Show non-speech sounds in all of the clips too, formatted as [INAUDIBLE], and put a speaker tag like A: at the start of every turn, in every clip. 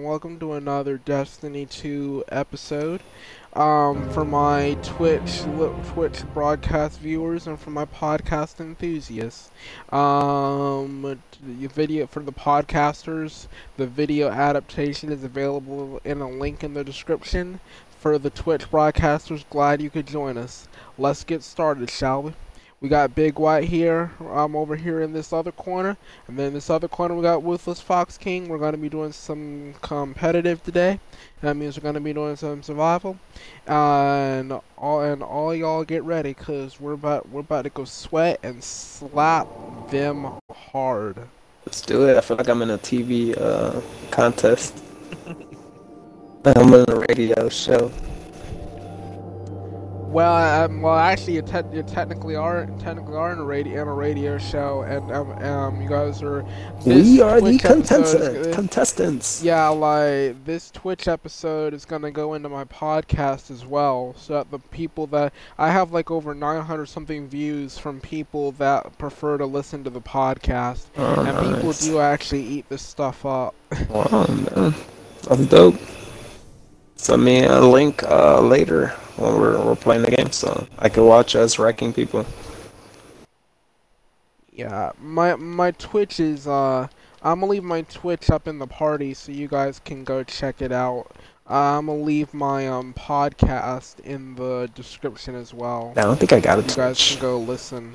A: welcome to another Destiny 2 episode. Um, for my Twitch li- Twitch broadcast viewers and for my podcast enthusiasts, um, the video for the podcasters, the video adaptation is available in a link in the description. For the Twitch broadcasters, glad you could join us. Let's get started, shall we? We got Big White here, um, over here in this other corner, and then this other corner we got Ruthless Fox King. We're gonna be doing some competitive today. That means we're gonna be doing some survival, uh, and all and all y'all get ready, cause we're about we're about to go sweat and slap them hard.
B: Let's do it. I feel like I'm in a TV uh, contest. [LAUGHS] I'm in a radio show.
A: Well, um, well, actually, you, te- you technically are technically are in a radio in a radio show, and um, um you guys are.
B: we are the
A: Twitch episode is
B: contestant-
A: gonna-
B: contestants.
A: Yeah, like this Twitch episode is gonna go into my podcast as well, so that the people that I have like over 900 something views from people that prefer to listen to the podcast,
B: Oh,
A: and people
B: nice.
A: do actually eat this stuff up.
B: Wow, man. That's dope. Send me a link uh, later when we're, we're playing the game so I can watch us wrecking people.
A: Yeah, my my Twitch is uh I'm gonna leave my Twitch up in the party so you guys can go check it out. Uh, I'm gonna leave my um podcast in the description as well.
B: I don't think I got it.
A: You guys can go listen.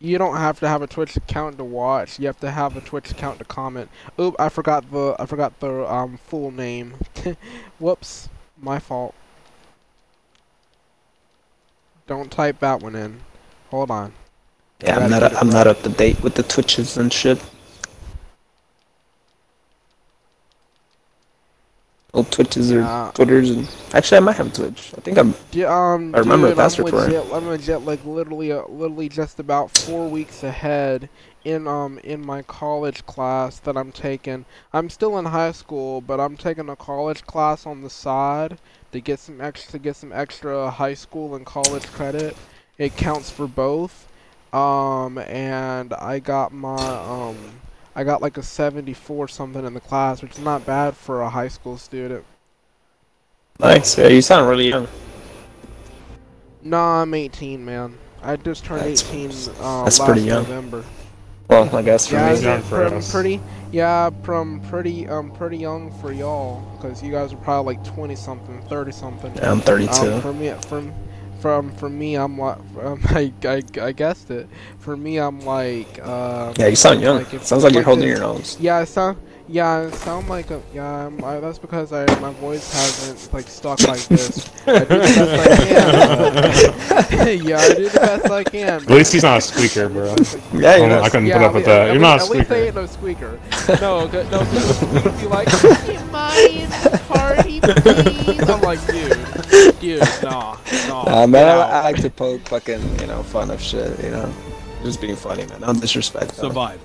A: You don't have to have a Twitch account to watch. You have to have a Twitch account to comment. Oop, I forgot the I forgot the um full name. [LAUGHS] Whoops, my fault. Don't type that one in. Hold on.
B: yeah, I'm not i I'm not up to date with the Twitches and shit. Old Twitches
A: Yeah.
B: or Twitters and actually I might have Twitch. I think I'm
A: D- um,
B: I remember
A: dude,
B: that's
A: I'm
B: recording.
A: legit, I'm legit, like literally, uh, literally just about four weeks ahead in um in my college class that I'm taking. I'm still in high school, but I'm taking a college class on the side to get some extra to get some extra high school and college credit. It counts for both. Um, and I got my um I got like a 74 something in the class, which is not bad for a high school student.
B: nice. Yeah, you sound really young.
A: Nah, I'm 18, man. I just turned
B: That's-
A: 18 uh,
B: that's
A: last
B: pretty young.
A: November.
B: Well, I guess for
A: Yeah,
B: me.
C: young
A: I'm
C: for us.
A: pretty. Yeah, from pretty um pretty young for y'all, cause you guys are probably like 20 something, 30 something.
B: Yeah, I'm 32.
A: Um, for me, from from for me, I'm like um, [LAUGHS] I, I I guessed it. For me, I'm like um,
B: yeah, you sound young.
A: if-
B: Sounds like you're holding
A: the-
B: your nose.
A: yeah, I sound. Yeah, I sound like a. Yeah, I'm, I, that's because I my voice hasn't like stuck
C: [LAUGHS]
A: like this. I do the best I can. [LAUGHS] yeah, I do the best I can.
C: At least he's not a
B: [LAUGHS]
C: squeaker, bro.
B: Yeah,
C: I
B: you're
C: don't know,
B: not-
C: Oh, I couldn't
A: yeah,
C: put up with
A: at
C: that.
A: lea-
C: You're not a
A: At least they
C: squeaker.
A: ain't no squeaker. No, g- no, 'cause you'd be
C: [LAUGHS]
A: like, "Hey, mine party, please. I'm like, dude, dude, nah, nah.
B: Nah,
A: get
B: uh, man, I, I
A: out."
B: like to poke fucking, you know, fun of shit, you know? Just being funny, man. Don't disrespect them.
D: Survival.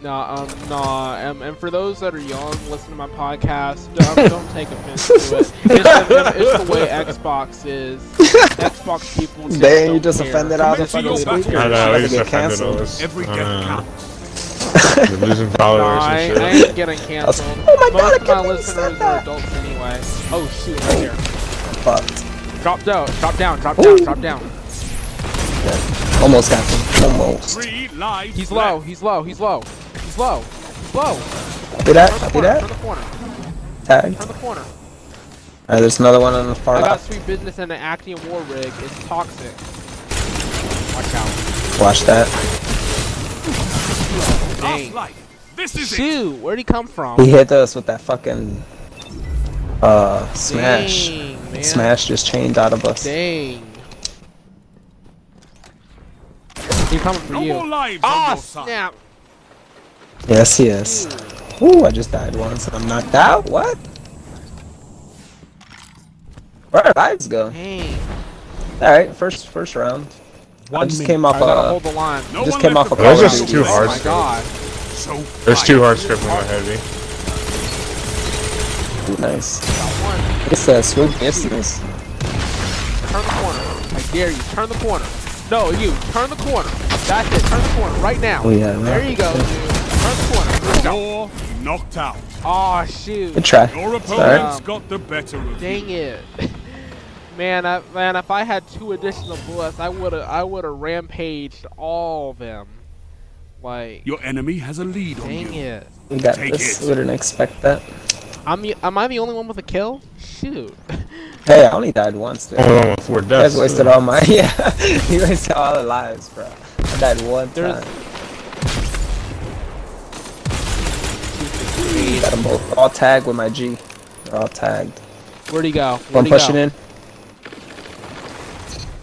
A: Nah, um, nah, um, and for those that are young, listen to my podcast. [LAUGHS] Don't, don't take offense to it. It's
C: [LAUGHS]
A: the, it's the way Xbox is. Xbox people. Just
B: Damn,
A: don't
B: you just
A: care.
B: offended all the
D: Come
B: fucking
D: into your
B: speakers.
D: backyard.
B: You're
C: I know,
B: about
C: we
B: to
C: just
B: get
C: offended all
B: canceled.
C: this.
D: Every
C: I
D: death
C: know. [LAUGHS]
D: counts.
C: Losing
A: Nah,
C: followers
A: I,
C: and
A: I
C: shit.
A: ain't getting canceled.
B: That's- Oh my
A: Most of
B: God, I can't
A: my
B: believe you said
A: listeners are
B: that.
A: adults anyway. Oh shoot, right there.
B: Fucked.
A: Drop down, drop down, drop down,
B: Ooh.
A: drop down.
B: Yeah. Almost got him. Almost.
D: Three lives.
A: He's
D: left.
A: low, he's low, he's low, he's low, he's low.
B: See
A: Turn the
B: that? See
A: corner, turn
B: that?
A: the corner,
B: Tag.
A: turn the corner.
B: Alright, there's another one on the far
A: I got
B: left.
A: sweet business and an Actium war rig. It's toxic. Watch out.
B: Watch that.
A: Dang.
D: Life. This is it.
A: Shoot, where'd he come from?
B: He hit us with that fucking, uh, smash.
A: Dang, man.
B: Smash just chained out of us.
A: Dang. He's coming for
D: No more
A: you.
D: lives. on
A: Ah,
D: your side.
A: snap.
B: Yes, he is. Ooh, I just died once and I'm knocked out? What? Where our lives go?
A: Dang.
B: Alright, first first round. I just came off uh,
A: I gotta
B: a
A: hold the line.
D: No
B: just
D: one
B: came off
D: left
B: a
D: for
B: Call
C: Those
B: of
C: are
B: Duty.
C: too
A: Oh
C: hard.
A: my god.
D: So
C: There's two hard
D: fight.
C: scripting on heavy.
B: Nice.
A: Got one.
B: It's a swoop business.
A: Turn the corner. I dare you. Turn the corner. No, you. Turn the corner. That's it. Turn the corner right now.
B: Oh yeah,
D: [LAUGHS]
A: There you go, dude. Turn the corner. Watch out.
D: Four knocked out.
A: Aw, shoot.
B: Good try.
D: Your
B: It's
D: opponent's
A: Um,
D: got the better of you.
A: Dang it. [LAUGHS] Man, I, man, if I had two additional bullets, I would have I would have rampaged all of them. Like,
D: Your enemy has a lead on
A: dang
D: you.
A: it.
B: We got
D: Take
B: this.
D: it.
B: Wouldn't expect that.
A: I'm the, am I the only one with a kill? Shoot. [LAUGHS]
B: Hey, I only died once. Dude.
C: Only one with Oh, four
B: You guys
C: deaths.
B: wasted all my [LAUGHS] yeah. you wasted all the lives, bro. I died one
A: There's-
B: time. Got them both. All tagged with my G. They're all tagged.
A: Where'd he go? Where'd
B: One
A: he
B: pushing
A: go?
B: in.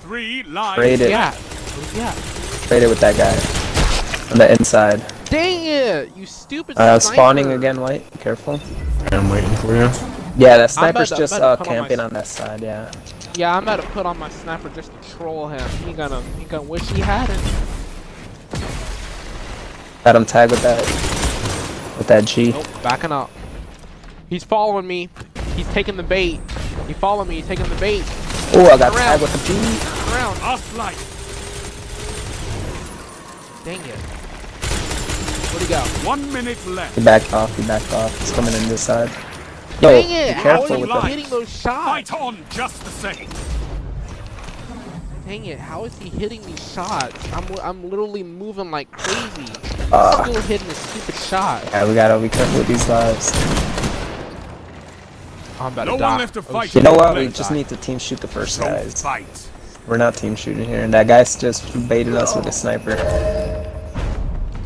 D: Three lives.
B: Raid it.
A: Yeah. Yeah.
B: Raid it with that guy. On the inside.
A: Dang it! You stupid
B: Uh,
A: sniper.
B: spawning again, White. Careful.
C: I'm waiting for you.
B: Yeah, that
A: I'm about
B: sniper's
A: to-
B: just uh,
A: about to put on my
B: camping
A: s-
B: on that side. Yeah.
A: Yeah, I'm about to put on my sniper just to troll him. He gonna he gonna wish he had it.
B: Got him tagged with that. With that G.
A: Nope, backing up. He's following me. He's taking the bait. He following me. He's taking the bait.
B: Oh, I got
A: Around.
B: tagged with the G.
A: Turn Around.
D: Last life.
A: Dang it. Where'd he go?
D: One minute left.
B: He backed off, he backed off. He's coming in this side. Yo,
A: Dang it!
B: be
A: How
B: careful
A: is
B: with
A: he
D: life.
B: that.
A: hitting those
D: Fight
A: shots?
D: on just the same.
A: Dang it! How is he hitting these shots? I'm I'm literally moving like crazy.
B: Ah.
A: Still hitting a stupid shot.
B: Yeah, we gotta be careful with these lives.
A: I'm about
D: No
A: to
D: one
A: die.
D: left to
A: Oh,
D: fight.
A: shit.
B: You know what? We
D: Please,
B: just
A: I-
B: need to team shoot the first
D: So
B: guys.
D: fight.
B: We're not team shooting here, and that guy's just baited us with a sniper.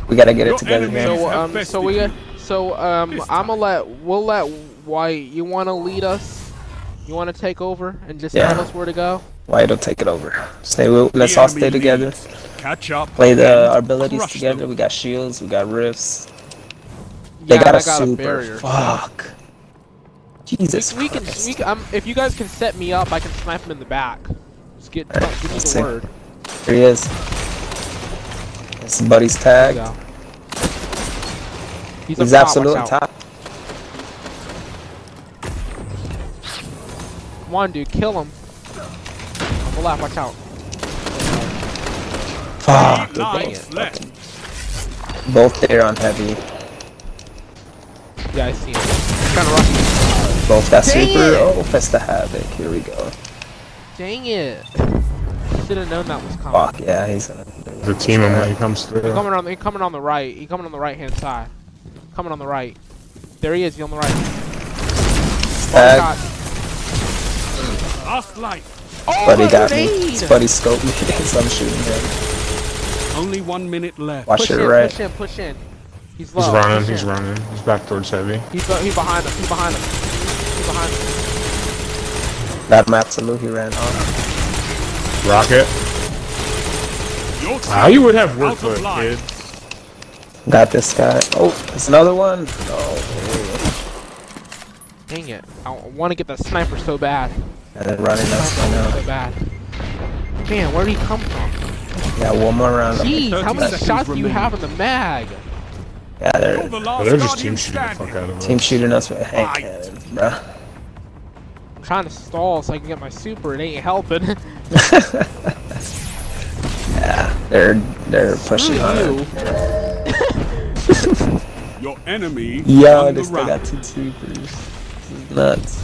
B: We gotta get it
D: Your
B: together,
D: enemy-
B: man.
A: So
D: Have
A: um,
D: best
A: so we
D: of
A: got, so um,
D: This
A: I'm gonna let we'll let White. You wanna lead us? You wanna take over and just
B: Yeah.
A: tell us where to go?
B: Why don't take it over? Stay. with- Let's all stay
D: enemy
B: together.
D: leads. Catch up.
B: Play the
D: and
B: our abilities
D: crush
B: together.
D: them.
B: We got shields. We got rifts.
A: Yeah,
B: They
A: and
B: got
A: I
B: a super.
A: barrier.
B: Fuck.
A: We,
B: Jesus
A: we can
B: Christ.
A: we can, um, if you guys can set me up, I can snipe him in the back. Just get
B: Alright,
A: give me
B: let's
A: the
B: see.
A: word.
B: There he is. It's buddy's
A: There
B: tag.
A: you go. He's,
B: He's
A: up top,
B: absolute
A: watch out.
B: top.
A: Come on, dude, kill him. On the left, watch out. Ah,
B: Fuck.
D: Eight lives left.
B: Both there on heavy.
A: Yeah, I see him. Kind of rushing.
B: Both that
A: Dang
B: super.
A: it.
B: Oh, Festa Havoc. Here we go.
A: Dang it! Should have known that was coming.
B: Fuck yeah, he's gonna.
C: The team him when he comes through.
A: He coming on. He coming on the right. He coming on the right hand side. Coming on the right. There he is. He on the right.
B: Tag.
A: Shot.
D: Last life.
A: Oh,
B: Buddy
A: a
B: got me.
A: grenade!
B: His buddy scoped me, [LAUGHS] so I'm shooting him.
D: Only one minute left.
B: Watch
A: Push
B: your
A: in.
B: right.
A: Push in. Push in. He's low.
C: He's running,
A: push
C: he's
A: in.
C: running. He's back towards heavy.
A: He's, be- he's behind him. He's behind him. He's behind him.
B: Got him absolute. He ran off.
C: Rocket.
D: Your
C: How
D: team
C: you would have worked
D: Out of
C: with it,
D: line.
C: kid.
B: Got this guy. Oh, there's another one. Oh.
A: Dang it! I want to get that sniper so bad.
B: And then running us right
A: Sniper
B: now.
A: so bad. Man, where did he come from?
B: Yeah, one more round.
A: Jeez, how
D: 30
A: many
D: seconds
A: shots do you
D: remaining.
A: have in the mag?
B: Yeah,
D: You're
B: they're
D: the
C: Oh,
D: last
C: they're just
D: guardian
C: team shooting the
D: standing.
C: fuck out of
B: team
C: him.
B: shooting us with hand
D: Fight.
B: cannons, uh, bruh.
A: I'm trying to stall so I can get my super. It ain't helping.
B: They're they're pushing
A: Screw
B: hard.
A: you.
D: Your enemy
B: Yo,
D: won
B: they
D: the
B: still
D: round.
B: got two supers. This is nuts.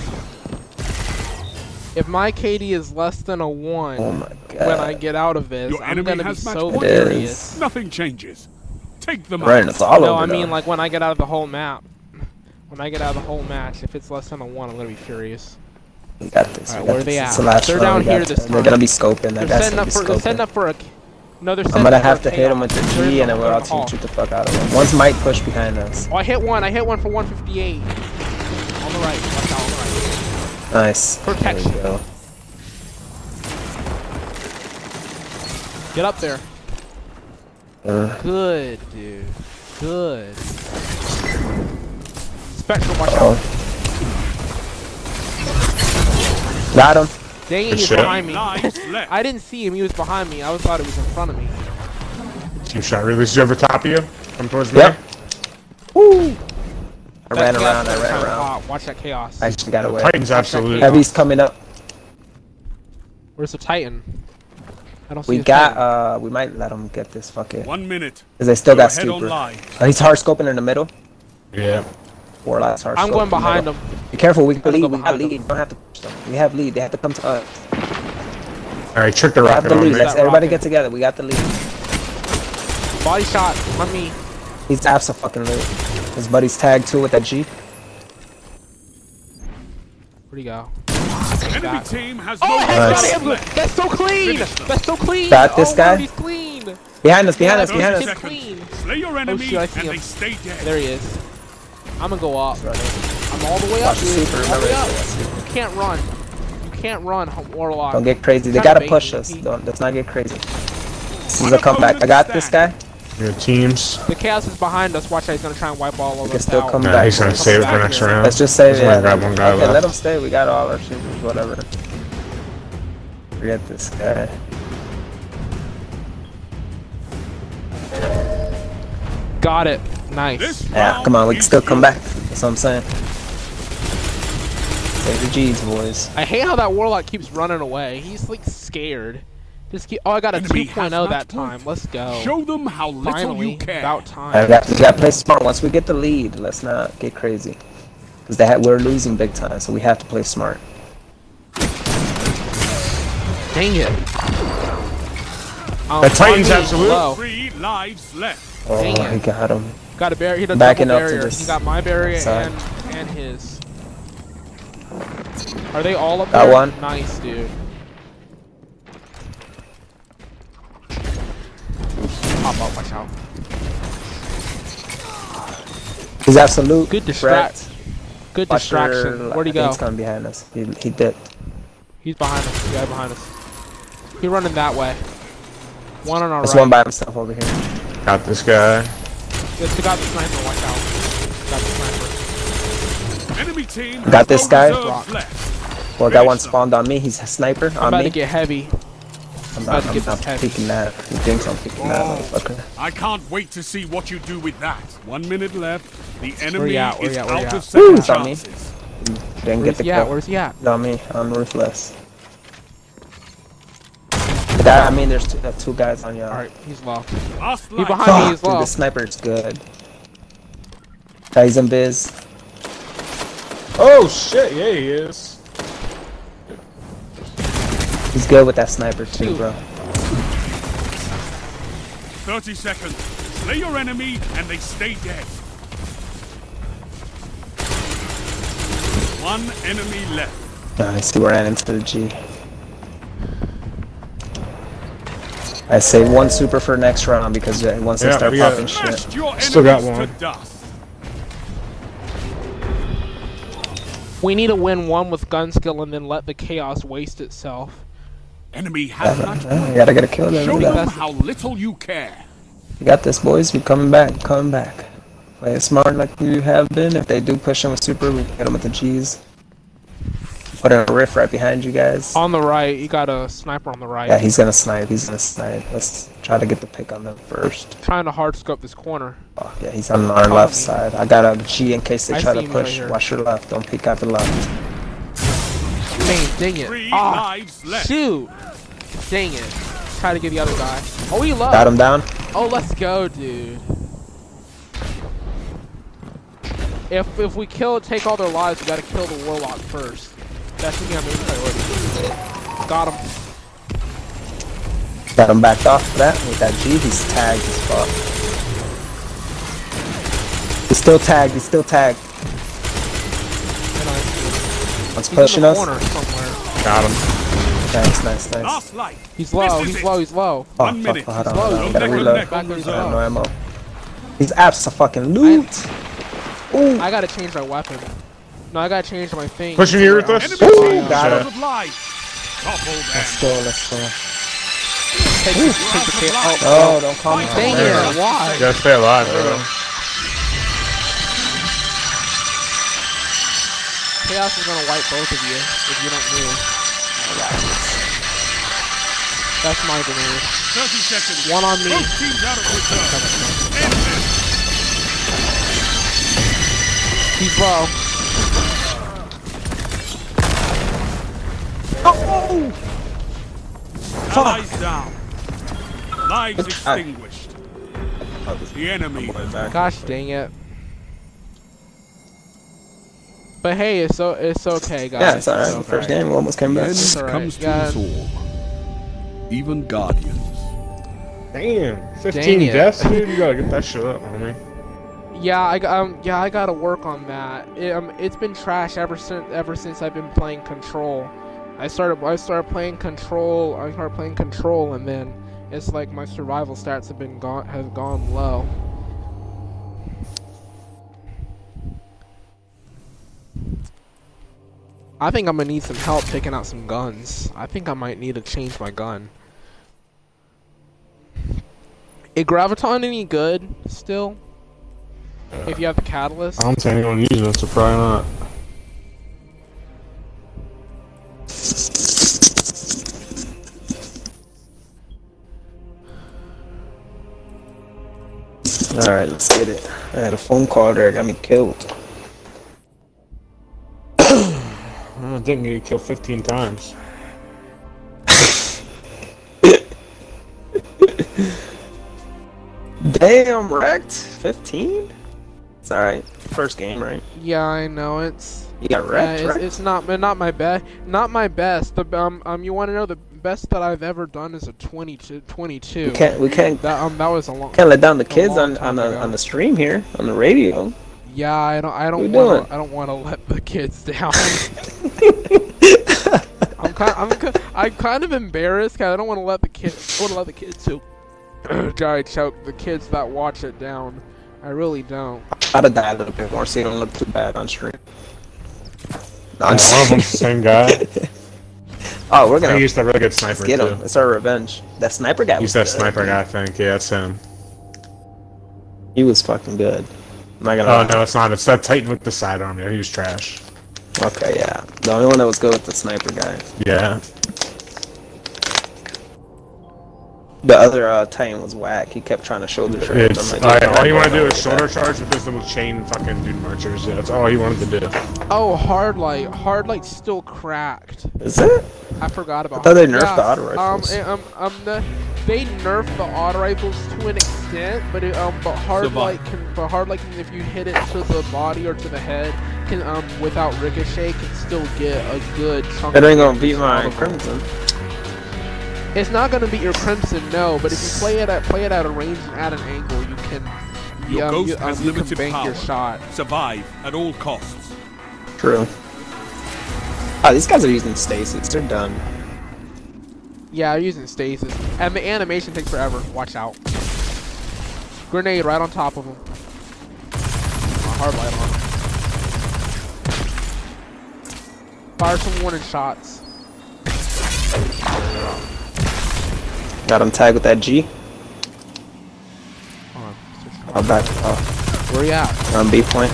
A: If my KD is less than a one
B: Oh my god.
A: when I get out of this,
D: Your
A: I'm
D: enemy
A: gonna be
D: has match
A: so
D: point.
B: It is.
A: furious.
D: Nothing changes. Take them
B: Right,
D: out.
B: it's all
A: No,
B: over.
A: I mean
B: now.
A: like when I get out of the whole map. When I get out of the whole match, if it's less than a one, I'm gonna be furious.
B: we got this.
A: Alright,
B: we got
A: where are they
B: this.
A: at?
B: It's the last
A: They're
B: round,
A: down
B: we got
A: here this
B: They're
A: time.
B: gonna be scoping. That
A: they're
B: guy's
A: setting
B: gonna
A: up
B: be
A: for they're setting
B: scoping.
A: up for a. k- No, they're setting
B: I'm gonna
A: up for
B: have
A: a
B: to hit him
A: chaos.
B: with the
A: They're in
B: G, and then we're
A: they're in
B: all
A: the
B: team
A: hall.
B: shoot the fuck out of him. One's Mike pushed behind us.
A: Oh, I hit one. I hit one for 158. On the right. Watch out, on the right.
B: Nice. There we
A: Protection.
B: go.
A: Get up there.
B: Uh,
A: Good, dude. Good. Spectral, watch out.
B: oh. Got him.
A: Dang it,
C: Good
A: he's
C: shit.
A: behind me. [LAUGHS]
D: Lives left.
A: I didn't see him. He was behind me. I was thought he was in front of me.
C: Team shot release. Did you ever top of you? Come towards me?
B: Yep. Woo. I
A: That
B: ran
A: chaos was
B: around. I ran
A: kinda
B: around.
A: hot. Watch that chaos.
B: I actually got away.
C: Titan's absolute.
B: Heavy's coming up.
A: Where's the Titan? I don't see.
B: We
A: the
B: got.
A: Titan.
B: Uh, we might let him get this. Fuck it.
D: One minute.
B: Cause they still
D: Go
B: got
D: ahead on
B: super.
D: live.
B: Uh, he's hard scoping in the middle.
C: Yeah.
B: Or last hard.
A: I'm going behind him.
B: Be careful. We can
A: Let's go
B: lead. We have
A: behind
B: lead.
A: them.
B: We don't have to push them. We have lead. They have to come to us.
C: Alright, trick the
B: We have
C: rocket
B: the
C: on
B: lead.
C: me.
B: Let's
A: That
B: everybody
A: rocket.
B: get together. We got the lead.
A: Body shot on me.
B: He's absent fucking loot. His buddy's tagged too with that Jeep.
A: Where'd he go?
D: Enemy
A: Got-
D: team has
A: Oh,
D: no
A: headshot
B: Nice.
A: him! That's so clean! That's so clean!
B: Got this
A: oh,
B: guy?
A: Lord, he's clean!
B: Behind us, behind us,
A: Those
B: behind
A: are
B: us.
A: just- clean.
D: Slay your enemy
A: Oh, shoot, I see
D: and
A: him.
D: they stay dead.
A: There he is. I'm gonna go up.
B: Watch
A: I'm all the way up,
B: the
A: dude.
B: super,
A: all
B: remember
A: the way up.
B: this.
A: You can't run. You can't run, Warlock.
B: Don't get crazy. They
A: Try to
B: gotta
A: bait
B: push
A: me,
B: us.
A: Pete.
B: Don't, let's not get crazy. This is a comeback. I got this guy.
C: Your teams.
A: The chaos is behind us. Watch out, he's gonna try and wipe all of
B: can
A: us
B: still
A: out.
B: come
C: Nah,
B: back.
C: he's gonna save it for next round.
B: Let's just say
C: Let's
B: yeah.
C: only grab one guy
B: okay, let
C: left.
B: him stay. We got all our shooters, whatever. Forget this guy.
A: Got it. Nice.
D: This
B: Yeah,
D: round
B: come on. We can
D: is
B: still come
D: yours.
B: back. That's what I'm saying. Save the G's, boys.
A: I hate how that warlock keeps running away. He's like scared. Just keep. Oh, I got a
D: Enemy
A: 2.0
D: has
A: that
D: not
A: time.
D: worked.
A: Let's go.
D: Show them how little
A: Finally,
D: you care.
A: about
B: I
A: time.
B: got, we got to play smart. Once we get the lead, let's not get crazy. Because ha- we're losing big time, so we have to play smart.
A: Dang it. Um,
C: The Titan's
A: Bobby,
C: absolute.
A: low.
D: Three lives left.
B: Oh,
A: Dang
B: I
A: it.
B: got him.
A: Got a barrier. He did a
B: Backing
A: double
B: up to
A: barrier.
B: this
A: He got my barrier
B: side.
A: and and his. Are they all up
B: Got
A: there?
B: one.
A: Nice, dude. Pop up, watch out.
B: He's absolute.
A: Good
B: Brett.
A: distract. Good
B: Watch your-
A: distraction. Where'd he
B: I think
A: go?
B: He's coming behind us. He, he did.
A: He's behind us. The guy behind us. He's running that way. One on our
B: There's
A: right.
B: one by himself over here.
C: Got this guy.
A: Yes, we got the sniper. Watch out. Got the sniper.
D: Enemy team
B: Got
D: has
B: this
D: no
B: guy.
D: reserves
A: Rock.
D: left.
B: Well, that one
D: Finish them.
B: spawned on me. He's a sniper
A: I'm
B: on
A: about
B: me.
A: to get heavy.
B: I'm
A: about
B: not,
A: to
B: I'm
A: get
B: not
A: this heavy.
B: peeking that. He thinks I'm peeking that
D: Oh.
B: motherfucker.
D: I can't wait to see what you do with that. One minute left. The
A: Where
D: enemy
A: you at? Where
D: is
A: you at? Where you at?
D: out of second
B: Woo! Tommy.
D: chances.
B: Didn't
A: Where's
B: get the
A: he at?
B: kill.
A: Where's he at?
B: No, me. I'm ruthless. That, I mean, there's two, uh, two guys on you.
A: Alright, he's low.
D: Last
A: He
D: life.
A: behind me
B: Fuck,
A: as
B: dude,
A: well.
B: the sniper's good. Tyson Biz.
C: Oh shit, yeah he is.
B: He's good with that sniper too,
A: Dude.
B: bro.
D: 30 seconds. Slay your enemy and they stay dead. One enemy left.
B: Nice, he ran into the G. I say one super for next round because uh, once they
C: Yeah,
B: start
C: we got-
B: popping shit.
D: Smashed your
C: Still got
D: enemies to
C: one.
D: dust.
A: We need to win one with gun skill and then let the chaos waste itself. [LAUGHS]
D: Enemy has not.
B: Oh, you gotta get a kill there.
D: Show
B: we
D: them
B: got-
D: how little you care.
B: We got this, boys. We coming back, coming back. Play it smart like we have been. If they do push in with super, we can get them with the G's. Put in a riff right behind you guys.
A: On the right, you got a sniper on the right.
B: Yeah, he's gonna snipe. He's gonna snipe. Let's try to get the pick on them first.
A: trying to hard scope this corner.
B: Oh, yeah, he's on our left
A: me.
B: side. I got a G in case they
A: I
B: try
A: see
B: to
A: him right
B: push.
A: here.
B: Watch your left. Don't peek out the left.
A: Dang, dang
D: Three
A: it. Ah,
D: lives left.
A: shoot. Dang it. Try to get the other guy. Oh, he low.
B: Got him down.
A: Oh, let's go, dude. If if we kill, take all their lives, we gotta kill the warlock first. That should be our main priority. Got him.
B: Got him backed off for that. With that G, he's tagged as fuck. He's still tagged. He's still tagged.
A: And I- he's
B: One's
A: in
B: pushing
A: the
B: us.
A: corner somewhere.
C: Got him.
B: Nice, nice, nice.
D: Last life.
A: He's low.
D: This is
A: He's
D: it.
A: low. He's low.
B: Oh,
D: One minute.
B: Fuck, hold
D: He's
B: on, hold
A: low.
B: on,
A: He's
B: gotta
A: low.
B: reload.
A: Back on
D: He's
A: his
B: I have no
A: low.
B: ammo. He's abs fucking loot. Ooh,
A: I gotta change my weapon. No, I gotta change my thing.
C: Pushing here with us?
D: Enemy
B: Ooh,
D: team
B: got
D: out
C: him.
D: of life. Topple
B: let's
D: them.
B: go, let's go.
A: Take, take the kid. Oh,
B: Oh, don't call me.
A: dang it! Why?
C: You gotta stay alive, bro.
A: Chaos is gonna wipe both of you if you don't move. That's my demand.
D: 30 seconds.
A: One on me.
D: Both teams out of reserve. End this.
A: He's low.
B: Oh,
D: Allies down. Lives
B: Good try.
D: extinguished. The enemy
A: Gosh dang it. But hey, it's so it's okay, guys.
B: Yeah, it's alright. The first
A: alright.
B: game we almost came
E: The
B: back.
E: end
A: alright,
E: comes to
A: guys.
E: us all, even guardians.
C: Damn. 15
A: Dang it.
C: deaths, dude? You gotta get that shit up, homie.
A: Yeah, I g- um yeah I gotta work on that. It, um, it's been trash ever since ever since I've been playing Control. I started I started playing Control. I started playing Control, and then it's like my survival stats have been gone have gone low. I think I'm gonna need some help picking out some guns. I think I might need to change my gun. Is Graviton any good still? If you have the catalyst?
C: I don't think anyone uses it, so probably not.
B: Alright, let's get it. I had a phone call there, got me killed.
C: I don't think you get killed 15 times.
B: Damn, wrecked? 15? It's alright. First game, right?
A: Yeah, I know it's.
B: You got
A: Yeah,
B: wrecked,
A: it's,
B: right?
A: it's not not my best. Not my best. The um um you want to know the best that I've ever done is a 22. 22.
B: We can't, we can't,
A: That um that was a long.
B: can't let down the
A: a
B: kids
A: long
B: on,
A: time
B: on, the,
A: ago.
B: on the stream here, on the radio.
A: Yeah, I don't I don't
B: What you
A: want
B: doing?
A: I don't want to let the kids down. I'm kind I'm ki- I'm kind of embarrassed. 'cause I don't want to let the kids. I want to let the kids who. [CLEARS THROAT] I choke the kids that watch it down. I really don't.
B: I'd have died a little bit more so you don't look too bad on stream. No, I'm
C: Yeah, one of them's the
B: just-
C: same guy.
B: [LAUGHS] oh, we're
C: He
B: gonna
C: used that really good sniper,
B: get
C: too.
B: him. It's our revenge. That sniper guy was
C: He's that
B: good.
C: sniper guy, I think. Yeah, that's him.
B: He was fucking good. I'm not gonna
C: Oh,
B: lie.
C: no, it's not. It's that Titan with the sidearm. Yeah, he was trash.
B: Okay, yeah. The only one that was good was the sniper guy.
C: Yeah.
B: The other uh, Titan was whack. He kept trying to shoulder charge.
C: It's,
B: I'm like,
C: all, right,
B: "Yeah,
C: all you
B: I
C: want to
B: don't
C: do
B: know
C: is
B: about
C: shoulder charge with those little chain fucking dude marchers. Yeah, that's all he wanted to do.
A: Oh, hard light. Hard light's still cracked.
B: that." Is it?
A: I forgot about.
B: I thought they
A: that.
B: nerfed the auto rifles.
A: Um, and, um, um, the, they nerfed the auto rifles to an extent, but it, um, but hard
E: Survive.
A: light can, but hard light can, if you hit it to the body or to the head, can um, without ricochet, can still get a good chunk.
B: That ain't
A: of
B: gonna beat
A: damage out
B: my
A: of it.
B: crimson.
A: It's not gonna beat your crimson, no. But if you play it at play it at a range and at an angle, you can.
D: Your
A: yeah,
D: ghost
A: you, um,
D: has
A: you can
D: limited
A: bank your
D: power.
A: shot.
D: Survive at all costs.
B: True. Oh, these guys are using stasis. They're done.
A: Yeah, I'm using stasis. And the animation takes forever. Watch out. Grenade right on top of him. A hard light on. Fire some warning shots.
B: Got him tagged with that G.
A: Hold on. switch
B: I'll back off
A: to- Where you at?
B: on B point.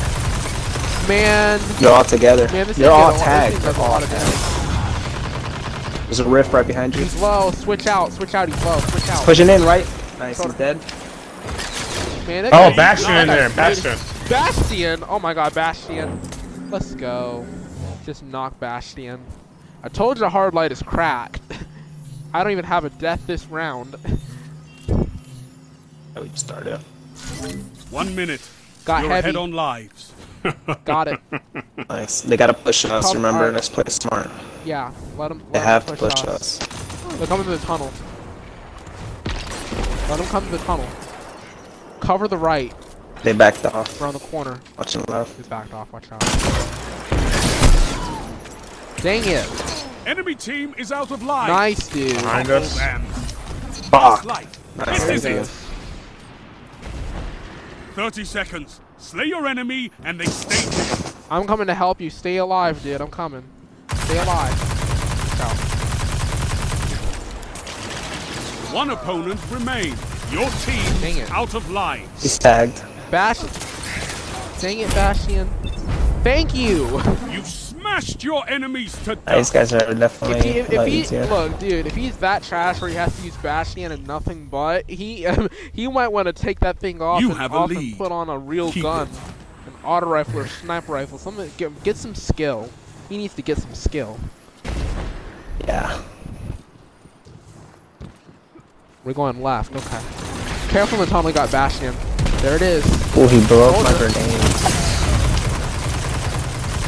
A: Man.
B: You're all together.
A: Man, this
B: You're
A: thing did a
B: all
A: lot- this
B: tagged.
A: thing
B: You're
A: does a
B: all
A: lot of
B: tagged.
A: damage.
B: There's a rift right behind you.
A: He's low. Switch out. Switch out. He's low. Switch out.
B: Pushing in right. Nice. He's dead.
A: Man, that
C: Oh,
A: guy-
C: Bastion in
A: that
C: there.
A: guy's
C: Bastion.
A: good. Bastion. Oh my God, Bastion. Let's go. Just knock Bastion. I told you the hard light is cracked. [LAUGHS] I don't even have a death this round. [LAUGHS]
B: Oh, we just started.
D: One minute.
A: Got
D: You're
A: heavy.
D: ahead on lives.
A: Got
C: [LAUGHS]
A: it.
B: Nice. They gotta push us.
A: Come-
B: Remember,
A: alright.
B: let's play smart.
A: Yeah. Let them.
B: They have to push us.
A: They're coming to the tunnel. Let them come to the tunnel. Cover the right
B: They backed off.
A: around the corner.
B: Watching left.
A: Just backed off. Watch out. Dang it.
D: Enemy team is out of lives.
A: Nice, dude.
C: Behind
D: Oh,
C: us.
D: man.
B: Fuck.
D: Life.
B: Nice.
D: This is it. 30 seconds. Slay your enemy and they stay dead.
A: I'm coming to help you. Stay alive, dude. I'm coming. Stay alive. Ciao.
D: One opponent remains. Your
A: Dang
D: team
A: it.
D: out of lives.
B: He's tagged.
A: Bash. Dang it, Bastion. Thank you. [LAUGHS]
D: You've smashed your enemies to
B: Nah, these
D: death.
B: guys are definitely
A: If he, if,
B: light
A: if he
B: easier.
A: look, dude, if he's that trash where he has to use Bastion and nothing but, he [LAUGHS] he might want to take that thing off,
D: You
A: and,
D: have a
A: off and
D: lead.
A: put on a real
D: Keep
A: gun,
D: it.
A: an auto rifle or sniper rifle. Something get, get some skill. He needs to get some skill.
B: Yeah.
A: We're going left. Okay. Careful, the tunnel got Bastion. There it is.
B: Oh, he blew up my
A: Hold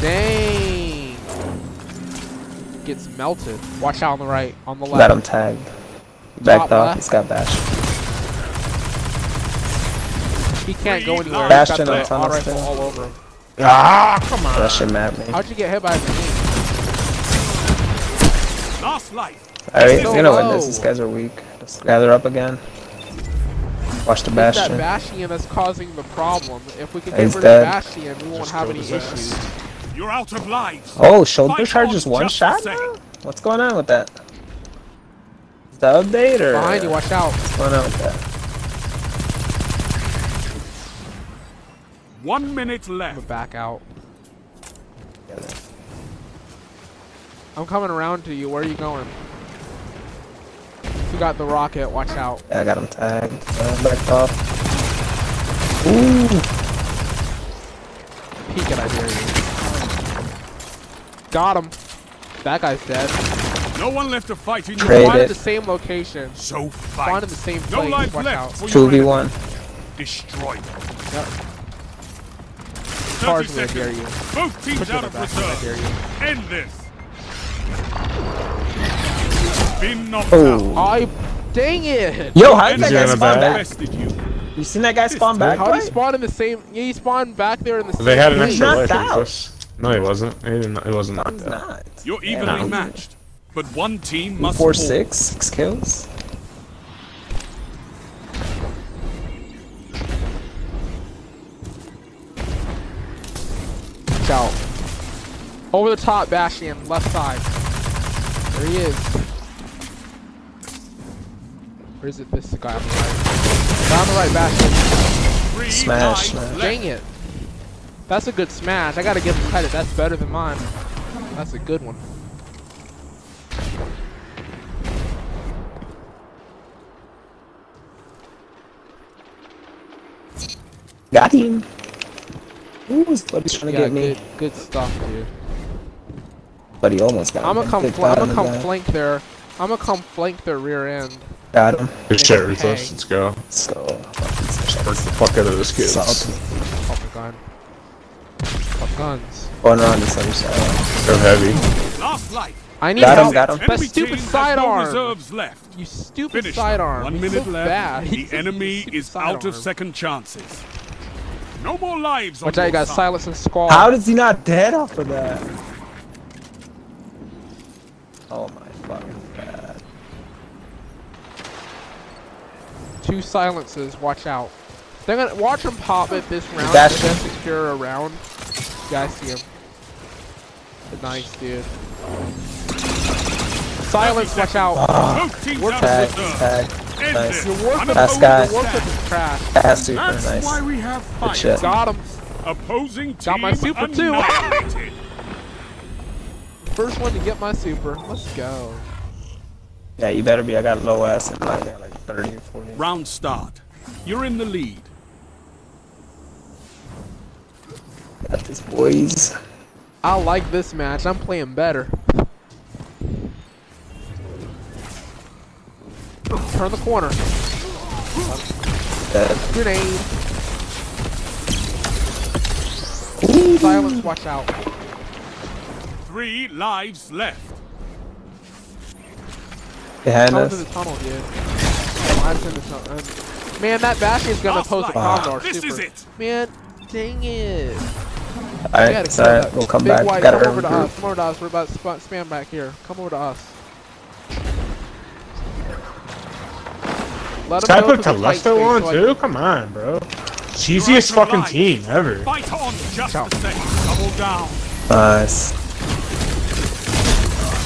A: it.
B: grenade.
A: Dang. Gets melted. Watch out on the right, on the left.
B: Got him tagged.
A: Top
B: Backed off.
A: left.
B: He's got bashed.
A: He can't go anywhere.
B: Bastion
A: He's got the
B: on
A: all
B: Thomas
A: rifle
B: too.
A: all over him.
C: Ah, come
B: That
C: on.
B: shit mad me.
A: How'd you get hit by a machine?
D: Last life.
B: Alright,
A: so
B: you know what it is.
A: low.
B: These guys are weak. Let's gather up again. Watch the
A: It's
B: Bastion.
A: that Bastion that's causing the problem. If we can get
B: He's
A: rid
B: dead.
A: of Bastion, we won't
C: Just
A: have
C: killed
A: any
C: his ass.
A: issues.
D: You're out of lives.
B: Oh, shoulder
D: Fight
B: charge
D: on
B: is one
D: just a
B: shot
D: second.
B: now? What's going on with that? Is that update or
A: Behind you, watch out.
B: what's going on with that?
D: One minute
A: I'm gonna
D: left.
A: back out. I'm coming around to you. Where are you going? You got the rocket. Watch out.
B: Yeah, I got him tagged. Uh, backed off. Ooh,
A: Peek it, I dare you. Got him. That guy's dead.
D: No one left to fight in
B: Trade
D: your
A: Spawn
B: it.
A: at the same location.
D: So
A: Spawn
D: fight.
A: at the same
D: No
A: place.
D: life
A: Watch out.
D: left for your enemy.
B: 2v1.
D: Destroy.
A: Yep.
D: 30
A: Charge me, I
D: seconds.
A: dare you.
D: Both teams
A: Put you in
D: out
A: the
D: of
A: back, I dare
D: reserve.
A: you.
D: End this. Been knocked out.
B: Oh.
A: I. Dang it!
B: Yo, how did
D: Enemy
B: that
C: He's
B: guy
C: in a
B: spawn
C: bag.
B: back?
D: bested you.
B: You seen that guy spawn back?
A: How'd he
B: Wait,
A: spawn in the same. Yeah, he spawned back there in the same.
C: They had an
B: He's
C: extra
B: knocked
C: life.
B: out.
C: Chris. No, he wasn't. He didn't. He wasn't knocked
B: He's
C: out.
B: not.
D: You're
B: Yeah,
D: evenly
B: no.
D: matched, but one team must
B: Four,
D: fall.
B: six, six kills.
A: Watch out. Over the top, Bastion. Left side. There he is. Or is it this guy on the right? Guy on the right, Bastion.
D: Three
B: Smash,
D: lives
B: smash.
D: left.
A: Dang it. That's a good smash. I gotta give him credit. That's better than mine. That's a good one.
B: Got him. Ooh, his buddy's trying to
A: Yeah,
B: get me.
A: good, good stuff, dude.
B: But he almost got
A: I'm
B: me.
A: gonna come,
B: Good
A: fl- I'm
B: God,
A: gonna
B: the
A: come
B: guy.
A: flank their, I'm gonna come flank their rear end.
B: Got him.
C: Good shit, Ruthless.
A: Hey.
C: Let's go.
B: Let's go.
C: Work the fuck out of this kid.
B: Salt.
A: Pop a gun. Pop guns.
B: Going around this other side.
C: So heavy.
D: Last life.
A: I need
B: Got him,
A: help.
B: got him.
A: That
D: Enemy team
A: stupid
D: has
A: sidearm.
D: No reserves left.
A: You stupid
D: Finish. them.
A: sidearm.
D: One
A: He's
D: minute
A: so
D: left.
A: Bad. He's
D: The
A: such a
D: enemy
A: stupid
D: is out of
A: sidearm.
D: second chances. No more lives on
A: Watch out,
D: your
A: you got
D: side.
A: Silas and Squall.
B: How does he not dead off of that? Oh my fucking god.
A: Two silences. Watch out. They're gonna watch him pop it this round.
B: That's-
A: They're gonna secure a round. Yeah, I see him. Nice, dude. Silence. Watch out.
D: Both teams
A: We're
D: out
B: Tag,
D: of reserve.
B: tag.
D: End
B: Nice.
D: this.
A: Your warship,
B: That's
D: Unopposed
B: guy.
A: your warship is trash.
B: That's super
D: That's why
B: nice.
D: we have fire.
B: shit.
A: Got him.
D: Opposing team
A: Got my super too.
D: annihilated.
A: First one to get my super. Let's go.
B: Yeah, you better be. I got low ass and I got like 30 or 40.
D: Round start. You're in the lead.
B: Got this, boys.
A: I like this match. I'm playing better. Turn the corner.
B: Dead.
A: Grenade. Silence. Watch out.
D: Three lives left.
B: Behind
A: I was in
B: us.
A: the tunnel, dude. I was in the tunnel. Um, Man, that Bastion's gonna
D: Last
A: pose a
D: light.
A: combo. or
D: This
A: super.
D: is it.
A: Man, dang it. We gotta
B: Alright,
A: kill
B: sorry.
A: that
B: uh, We'll come
A: big
B: back.
A: White,
B: Gotta
A: come over to
B: regroup.
A: us. Come over to us. We're about to spa- spam back here. Come over to us. Let 'em
C: Sky
A: know
C: put
A: if it's a tight
C: Telesto
A: space,
C: on
A: so I-
C: too? Come on, bro. Cheesiest
D: You're out of
C: fucking
D: line.
C: team ever.
D: Fight on just a second. Double down.
B: Nice.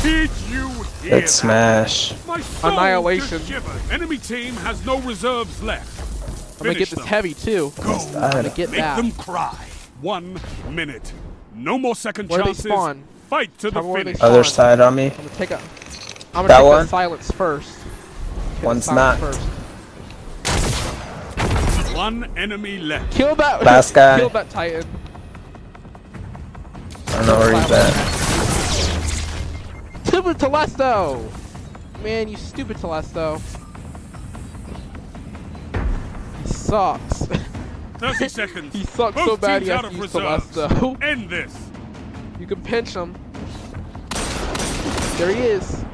D: Did you hear
B: Good
D: that?
B: smash.
D: My soul
A: Annihilation.
D: just shivered. Enemy team has no reserves left.
A: I'm gonna get
D: Finish
A: this
D: them.
A: heavy too.
D: Go.
B: I
A: Gonna get
D: Make
A: that.
D: them cry. One minute. No more second
A: Where they
D: chances.
A: spawn.
D: Fight to the
A: Tell me where they
D: finish.
A: spawn.
B: Other side on me.
A: I'm gonna take a. I'm gonna
B: That
A: take
B: one?
A: the silence first. Hit the
B: One's
A: silence
B: knocked.
A: First.
D: One enemy left.
A: Kill that. [LAUGHS]
B: Last guy.
A: Kill that Titan.
B: I don't know where he's at.
A: Stupid Telesto! Man, you stupid Telesto. He sucks. [LAUGHS]
D: 30 seconds.
A: he sucks
D: Both
A: so bad
D: teams
A: he has
D: out
A: to
D: of
A: use
D: reserves.
A: Telesto.
D: End this.
A: You can pinch him. There he is.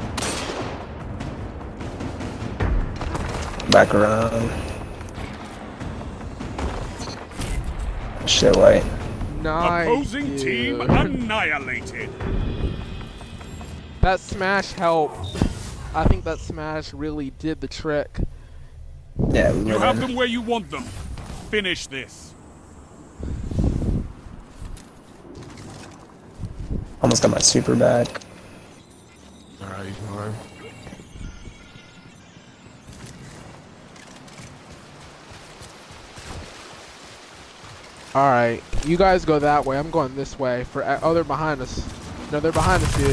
B: Back around. Shit, white.
A: Nice.
D: Opposing
A: [LAUGHS]
D: team
A: dude.
D: annihilated.
A: That smash helped. I think that smash really did the trick.
B: Yeah, we
D: You
B: went
D: have
B: in.
D: them where you want them. Finish this.
B: Almost got my super back.
C: Alright, alright.
A: All right, you guys go that way. I'm going this way. For oh, they're behind us. No, they're behind us, dude.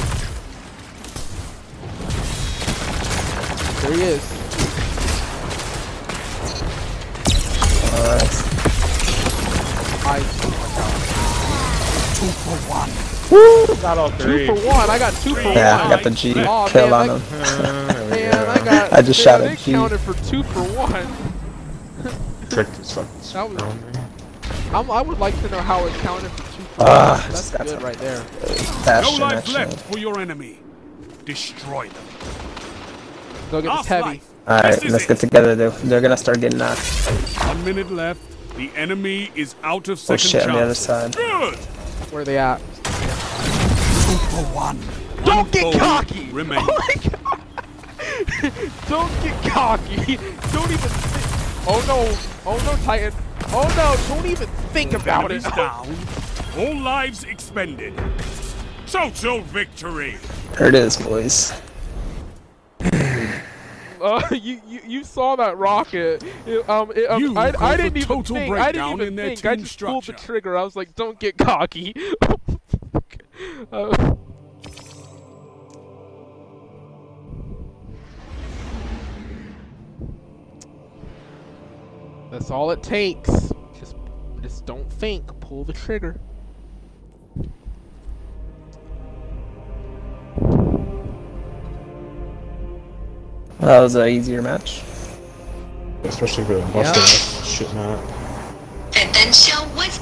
A: There he is.
B: Alright.
A: I
C: Got all
A: two
C: three. [LAUGHS]
A: for one. I got two for one.
B: Yeah, I got the G
A: Aw,
B: kill
A: man,
B: on
A: that-
B: him.
C: Ah,
A: Man, I got.
B: [LAUGHS] I just
A: man,
B: shot a
A: They
B: G.
A: counted for two for one.
C: Tricked this fucking
A: That was-
C: squirrel, man.
A: I'm, I would like to know how it counted for two for
B: Ah,
A: one. That's
B: just got
A: good
B: some-
A: right there.
D: No
B: Bastion,
D: life
B: actually.
D: left for your enemy. Destroy them.
A: Go get this
D: Last
A: heavy.
D: life.
B: Alright,
D: This is
B: let's
D: it.
B: get together. They're, they're gonna start getting knocked.
D: One minute left. The enemy is out of
B: Oh
D: second
B: shit, on the other
D: chances.
B: side.
D: Good.
A: Where are they at?
D: Two for one.
A: Don't
D: One
A: get
D: foe
A: cocky.
D: Remain.
A: [LAUGHS] Oh my god. Don't get cocky. [LAUGHS] Don't even. Think. Oh no. Oh no, Titan. Oh no. Don't even think about it. [LAUGHS]
D: Enemies down. All lives expended. Total victory.
B: There it is, boys.
A: [LAUGHS] Uh, you, you you saw that rocket. It, um, it, um,
D: You
A: I, I
D: caused
A: didn't
D: a
A: even
D: total
A: think. I didn't
D: breakdown
A: even
D: in their
A: think. I
D: team
A: just pulled the
D: structure.
A: trigger. I was like, don't get cocky. [LAUGHS] Uh, That's all it takes. Just just don't think. Pull the trigger.
B: That was an easier match.
C: Especially with a buster ass shit not.
F: Attention with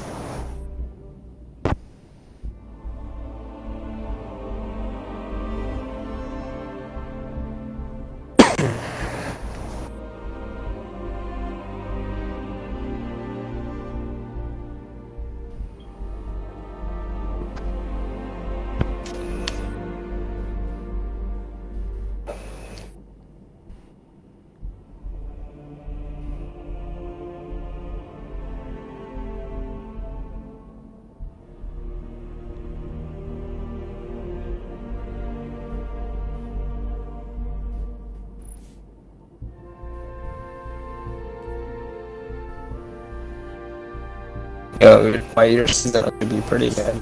B: Yo, why your seasonal could be pretty good.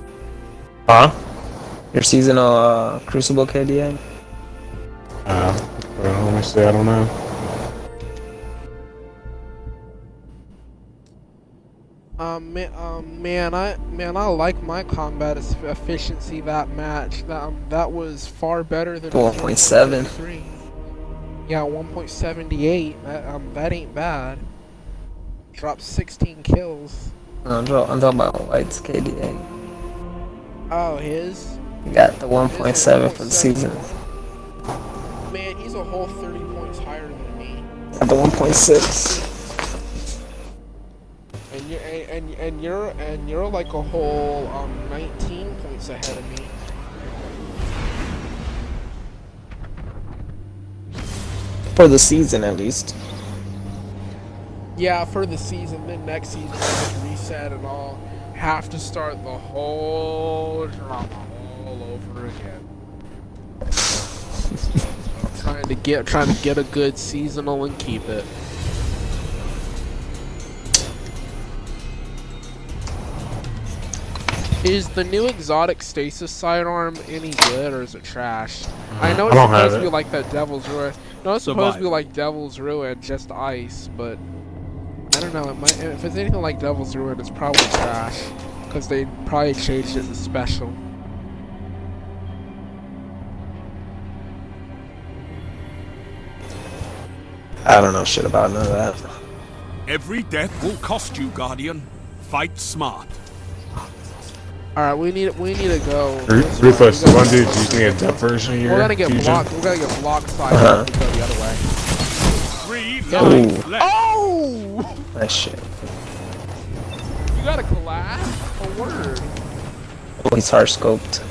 C: Huh?
B: Your seasonal uh, Crucible KDA?
C: Uh, well, honestly, I don't know.
A: Um, man, um, man, I man, I like my combat es- efficiency that match. That um, that was far better than
B: 1.7.
A: 1.73. Yeah, 1.78. That, um, that ain't bad. Dropped 16 kills.
B: No, I'm talking I'm talking about White's KDA.
A: Oh, his
B: You got the 1.7 for the season.
A: man, he's a whole 30 points higher than me.
B: Got the 1.6.
A: And you're and, and, and you're and you're like a whole um 19 points ahead of me.
B: For the season, at least.
A: Yeah, for the season. Then next season, like, reset and all. Have to start the whole drama all over again. [LAUGHS] trying to get, trying to get a good seasonal and keep it. Is the new exotic stasis sidearm any good or is it trash? I know
C: I
A: it's
C: don't have
A: supposed to be
C: it.
A: like that Devil's Ruin. No, it's supposed to be
E: Survival.
A: like Devil's Ruin, just ice, but I don't know. It might, if it's anything like Devil's Ruin, it's probably trash because they probably changed it to special.
B: I don't know shit about none of that.
D: Every death will cost you, Guardian. Fight smart.
A: All right, we need we need to go. Listen,
C: Ruthless,
A: we gotta-
C: the one dude's using a depth version of your
A: We're gonna get
C: fusion.
A: blocked. We're gonna get blocked side
B: Uh-huh.
A: if we go the other way.
D: Three
B: Ooh.
D: lines left.
A: Oh!
B: Nice shit.
A: You gotta collapse. A word.
B: Oh, he's hard scoped.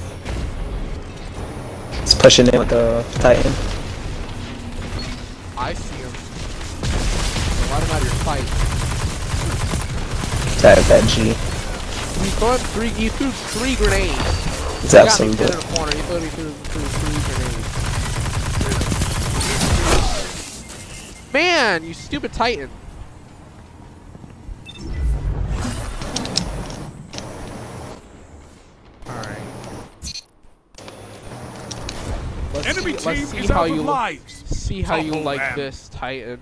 B: He's pushing in with the Titan.
A: I see him. So Let him out of your sight.
B: Tag that G.
A: He threw it three. He threw three grenades.
B: It's
A: He got me
B: absolute
A: dead in
B: bull.
A: the corner. He threw me through, through three grenades. Man, you stupid Titan. Alright. Let's see,
D: Enemy
A: let's
D: team
A: see
D: is
A: how
D: out
A: you look.
D: of lives.
A: See how you
D: Topple
A: like
D: them.
A: this, Titan.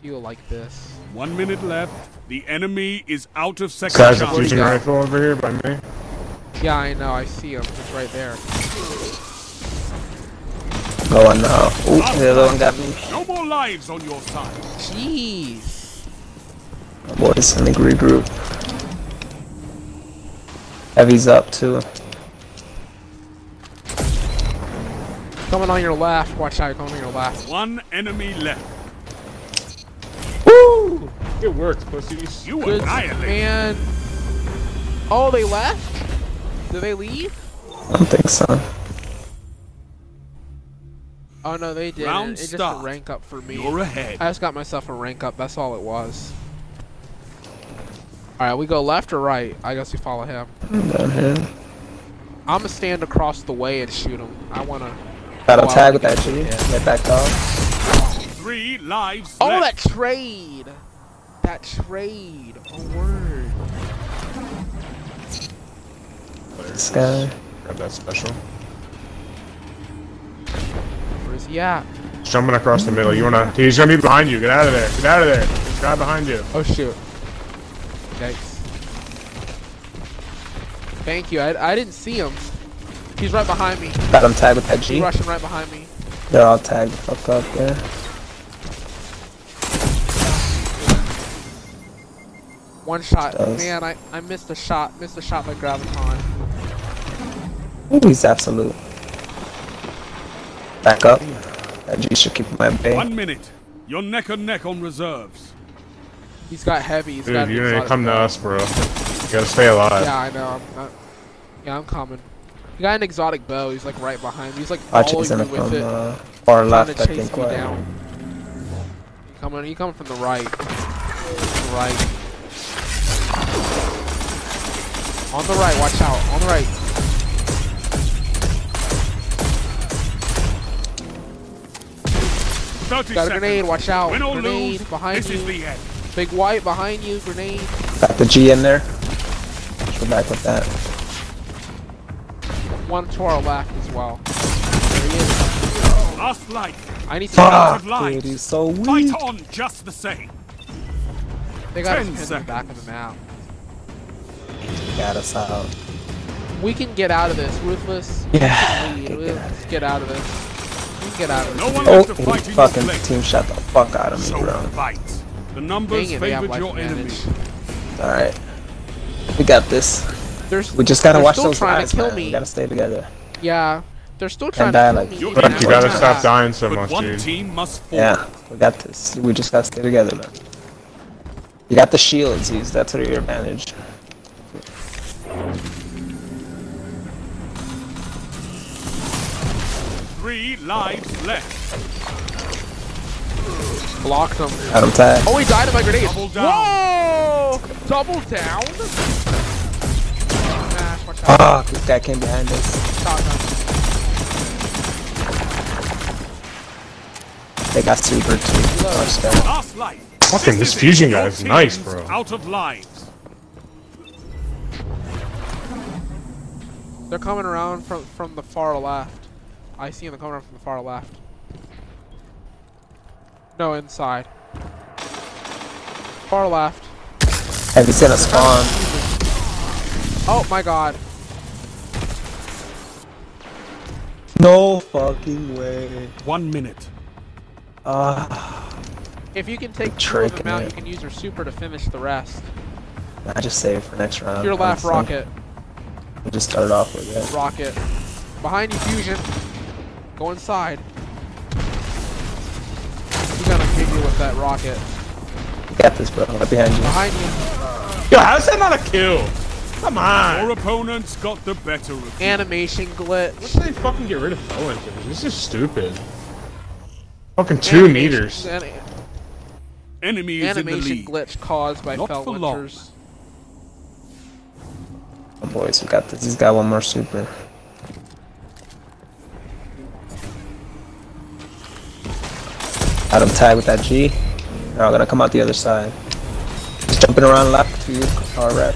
A: See you like this.
D: One minute left. The enemy is out of second
C: Guys, a
D: shot.
C: fusion
A: Where'd he
C: rifle over here by me.
A: Yeah, I know. I see him. It's right there.
B: Go on now. Oh, Ooh, the other one got me.
D: No more lives on your side.
A: Jeez.
B: Boys, let me regroup. Heavy's up too.
A: Coming on your left. Watch out. Coming on your left.
D: One enemy left.
C: Woo! It worked, pussies.
D: You
A: Good
D: annihilate.
A: man. Oh, they left? Did they leave?
B: I don't think so.
A: Oh no, they did.
D: Round
A: It just a
D: start.
A: rank up for me.
D: You're ahead.
A: I just got myself a rank up. That's all it was. All right, we go left or right? I guess we follow him.
B: I'm down here.
A: I'm gonna stand across the way and shoot him. I wanna.
B: Got a
A: Wow.
B: tag with that G.
A: Yeah.
B: Get back off.
D: Three lives
A: Oh, that
D: left.
A: trade! That trade. Oh word.
B: This guy.
C: Grab that special.
A: Where's he at?
C: Jumping across the middle. You wanna? He's gonna be behind you. Get out of there. Get out of there. There's a guy behind you.
A: Oh shoot. Yikes. Thank you. I, I didn't see him. He's right behind me.
B: Got him tagged with that
A: He's
B: G.
A: rushing right behind me.
B: They're all tagged the fuck up there.
A: One shot.
B: Nice.
A: Man, I, I missed a shot. Missed a shot by Graviton.
B: Ooh, he's absolute. Back up. That G should keep him at bay.
D: One minute. You're neck and neck on reserves.
A: He's got heavy. He's got
C: Dude, you need to come to
A: exotic
C: us, bro. You gotta stay alive.
A: Yeah, I know. I'm not, yeah, I'm coming. He got an exotic bow. He's like right behind me. He's like
B: Watch it,
A: following
B: he's gonna
A: me with
B: come
A: it.
B: uh, far
A: trying
B: left,
A: to
B: I
A: chase
B: think.
A: me
B: or-
A: down. He coming. He coming from the right. The right. On the right. Watch out. On the right.
D: Thirty
A: Got a
D: seconds.
A: grenade, watch out.
D: Win or
A: Grenade
D: lose,
A: behind
D: this
A: you.
D: is the end.
A: Big white behind you, grenade.
B: Got the G in there. Should back with that.
A: One to our left as well. There he is.
D: Last life.
A: I need to
D: Ah!
B: Fuck,
D: of lives.
B: dude, he's so
D: Fight
B: weak.
D: on just the same.
A: They got us
D: Ten
A: pinned in the back of the map.
B: Got us out.
A: We can get out of this, Ruthless.
B: Yeah.
A: Lead.
B: get
A: We'll
B: out.
A: Let's get out of this. We can get out of
D: No
A: this.
D: one
B: Oh,
D: left to
B: he
D: fight in your
B: fucking
D: place.
B: team shot the fuck out of me,
D: So
B: bro.
D: fight. The numbers
A: Dang it, they have
D: favored
A: life
D: your enemy.
A: advantage.
B: Alright. We got this.
A: There's,
B: We just gotta
A: they're
B: watch
A: still
B: those
A: trying
B: eyes,
A: to kill
B: man.
A: me.
B: We gotta stay together.
A: Yeah, they're still trying to
B: die
A: kill
B: like-
A: me.
D: You're
C: But you gotta
A: Yeah.
C: stop dying so
D: But
C: much,
D: one
C: dude.
D: team must fall.
B: Yeah, we got this. We just gotta stay together, man. You got the shields used. That's to your advantage.
D: Three lives left.
A: Blocked him.
B: Got him tagged.
A: Oh, he died of my grenade.
D: Double down.
A: Whoa! Double down? Smash, watch out.
B: Fuck, this guy came behind us.
A: Shotgun.
B: They got super too. Watch that.
D: Last life.
C: Fucking
D: This
C: this fusion
D: it.
C: guy
D: Your
C: is nice,
D: team's
C: bro.
D: Out of lives.
A: They're coming around from, from the far left. I see them coming around from the far left. No, inside. Far left.
B: Have you seen a spawn?
A: Oh my god.
B: No fucking way.
D: One minute.
B: Ah,
A: If you can take two of
B: Trick,
A: them out,
B: man.
A: you can use your super to finish the rest.
B: I just saved for next round.
A: Your
B: I'm
A: left
B: so-
A: rocket.
B: Just start off with it.
A: Rocket. Behind you, Fusion. Go inside. He's gonna hit you with that rocket.
B: You got this, bro. Right behind you.
A: Behind you,
C: Yo, how's that not a kill? Come on.
D: Our opponents got the better of you.
A: animation glitch.
C: Why did they fucking get rid of Owen? This is stupid. Fucking two
A: Animation-
C: meters.
A: ani-
D: Enemy is in the
A: animation
D: lead.
A: glitch caused by
D: Not
A: felt
D: for long.
A: winters.
B: Oh, boys, we got this. He's got one more super. Got him tied with that G. Now I'm gonna come out the other side. He's jumping around left to car wreck.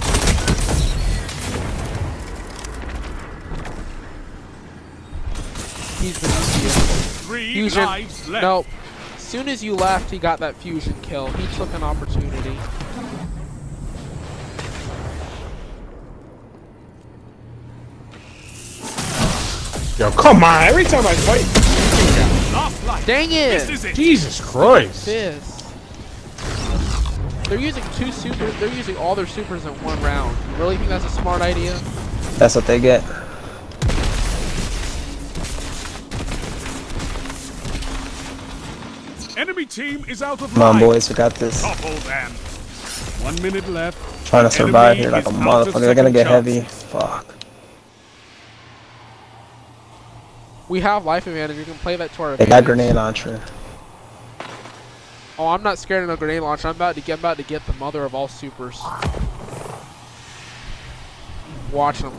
A: He's been easier.
D: Three
A: Fusion.
D: lives left.
A: Nope. Soon as you left, he got that fusion kill. He took an opportunity.
C: Yo, come on. Every time I fight,
D: Last life.
A: Dang
D: This
A: it!
D: is it.
C: Jesus Christ.
A: Fizz. They're using two super. They're using all their supers in one round. You really think that's a smart idea?
B: That's what they get.
D: Enemy team is out of
B: Come on,
D: line.
B: boys, we got this.
D: Topple them. One minute left.
B: Trying to survive
D: Enemy
B: here like a
D: is out of
B: motherfucker. They're gonna
D: second
B: get
D: chances.
B: heavy. Fuck.
A: We have life advantage. We can play that to our.
B: They got
A: advantage.
B: grenade launcher.
A: Oh, I'm not scared of no grenade launcher. I'm about to get I'm about to get the mother of all supers. Watch them.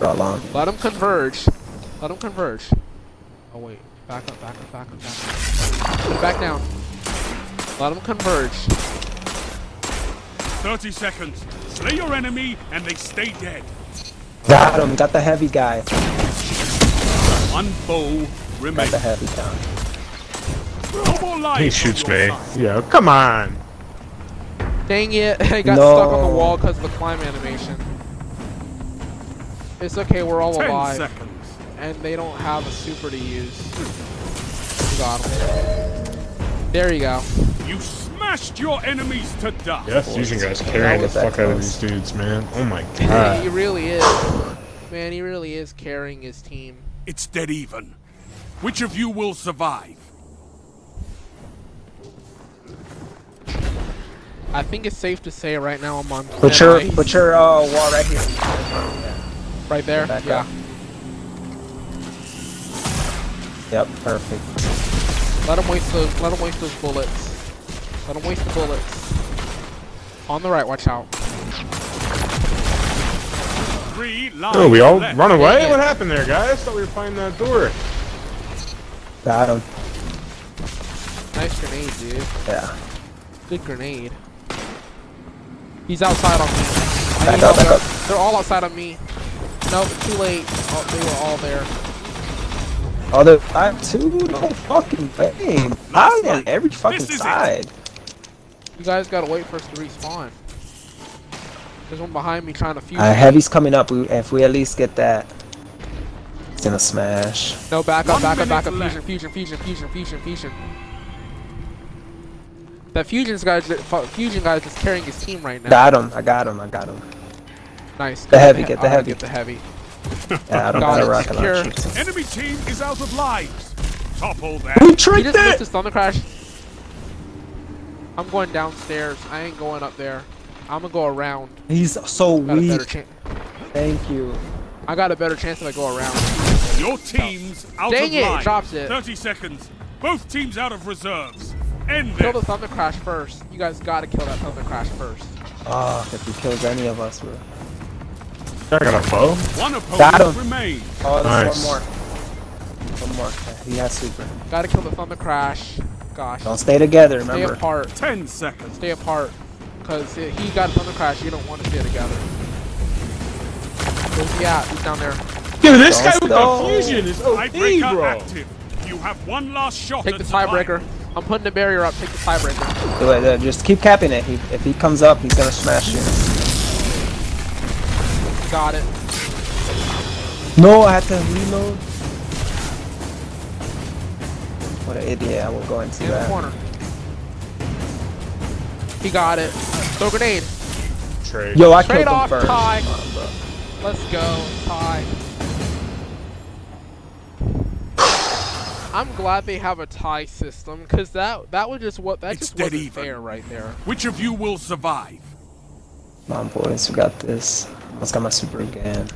B: Brought long.
A: Let them converge. Let them converge. Oh wait, back up, back up, back up, back up. Back down. Let them converge.
D: 30 seconds. Slay your enemy and they stay dead.
B: Got him. Got the heavy guy.
D: One bow
B: Got
D: remains.
B: the heavy guy.
D: No more lives.
C: He
D: on
C: shoots me.
D: your side.
C: Yo, come on.
A: Dang it! [LAUGHS] I got
B: No.
A: stuck on the wall because of the climb animation. It's okay, we're all
D: 10
A: alive,
D: seconds.
A: and they don't have a super to use. Got 'em. There you go.
D: You smashed your enemies to dust.
C: Yeah, fusion guys carrying the
B: Get that
C: fuck out of
B: close.
C: these dudes, man.
B: [LAUGHS]
C: Oh my
A: Yeah, he
C: god.
A: really is. Man, he really is carrying his team.
D: It's dead even. Which of you will survive?
A: I think it's safe to say right now I'm on.
B: Put your put your uh, wall right here.
A: right there.
B: back
A: yeah.
B: up. Yep, perfect.
A: Let him waste those. Let him waste those bullets. Let him waste the bullets. On the right, watch out.
D: Three lives
C: Oh, we all
D: left.
C: run away?
A: Yeah.
C: What happened there, guys? Thought we were finding that door.
B: Got him.
A: Nice grenade, dude.
B: Yeah.
A: Good grenade. He's outside on me. I
B: Back
A: need help.
B: up, back up.
A: They're all outside on me. Nope, too late. Oh, they were all there.
B: Oh, they're five two. No fucking way. I am on every fucking
D: is it.
B: side.
A: You guys gotta wait for us to respawn. There's one behind me trying to fuse.
B: Uh, heavy's coming up. We, if we at least get that, it's gonna smash.
A: No, back up,
D: One
A: back up, back up.
D: minute
A: Fusion, fusion, fusion, fusion, fusion, fusion. That fusion's guys, that fu- fusion guys is carrying his team right now.
B: Got him. I got him. I got him.
A: nice.
B: the heavy,
A: he-
B: get the
A: uh,
B: heavy.
A: Get the heavy.
B: Yeah, I
A: Got
B: don't got a
A: it.
B: rocket
A: Secure.
B: launcher.
D: Enemy team is out of lives. Topple them.
B: We
A: He
B: tricked
A: just missed
B: it.
A: his thunder crash. I'm going downstairs. I ain't going up there. I'm gonna go around.
B: He's so
A: Got a
B: weak.
A: better chance.
B: Thank you.
A: I got a better chance if I go around.
D: Your team's out
A: Dang
D: of
A: it,
D: line.
A: drops it.
D: 30 seconds. Both teams out of reserves. End
A: Kill
D: them.
A: the thunder crash first. You guys gotta kill that thunder crash first.
B: Ah, if he kills any of us, we're.
C: I got a bow.
D: One
B: Got
D: opponent
B: him.
D: remains.
B: Oh, there's
C: Nice.
B: one more. One more. Yeah, He has super.
A: Gotta kill the thunder crash. Gosh.
B: Don't stay together.
A: Stay
B: Remember.
A: apart.
D: 10 seconds.
A: Stay apart. Cause i- he got a thunder crash. You don't want to stay together. Where's he at? He's down there.
C: Dude, this guy
B: Don't
C: with
B: go.
C: the fusion is OP,
D: Tiebreaker
C: bro.
D: active. You have one last shot
A: Oh, Take
D: at
A: the
D: survival.
A: tiebreaker. I'm putting the barrier up. Take the tiebreaker.
B: Do it, uh, Just keep capping it. He, if he comes up, he's gonna smash you.
A: Got it.
B: No, I had to reload. What an idiot! I will go into
A: In the
B: that.
A: corner. He got it. Throw grenade.
C: Trade.
B: Yo, I
A: Trade
B: killed him
A: off
B: first.
A: tie. Let's go. Tie. I'm glad they have a tie system because that that was just what that
D: It's
A: just
D: dead
A: wasn't
D: even.
A: fair right there.
D: Which of you will survive?
B: Come on, boys, we got this. Let's get my super again.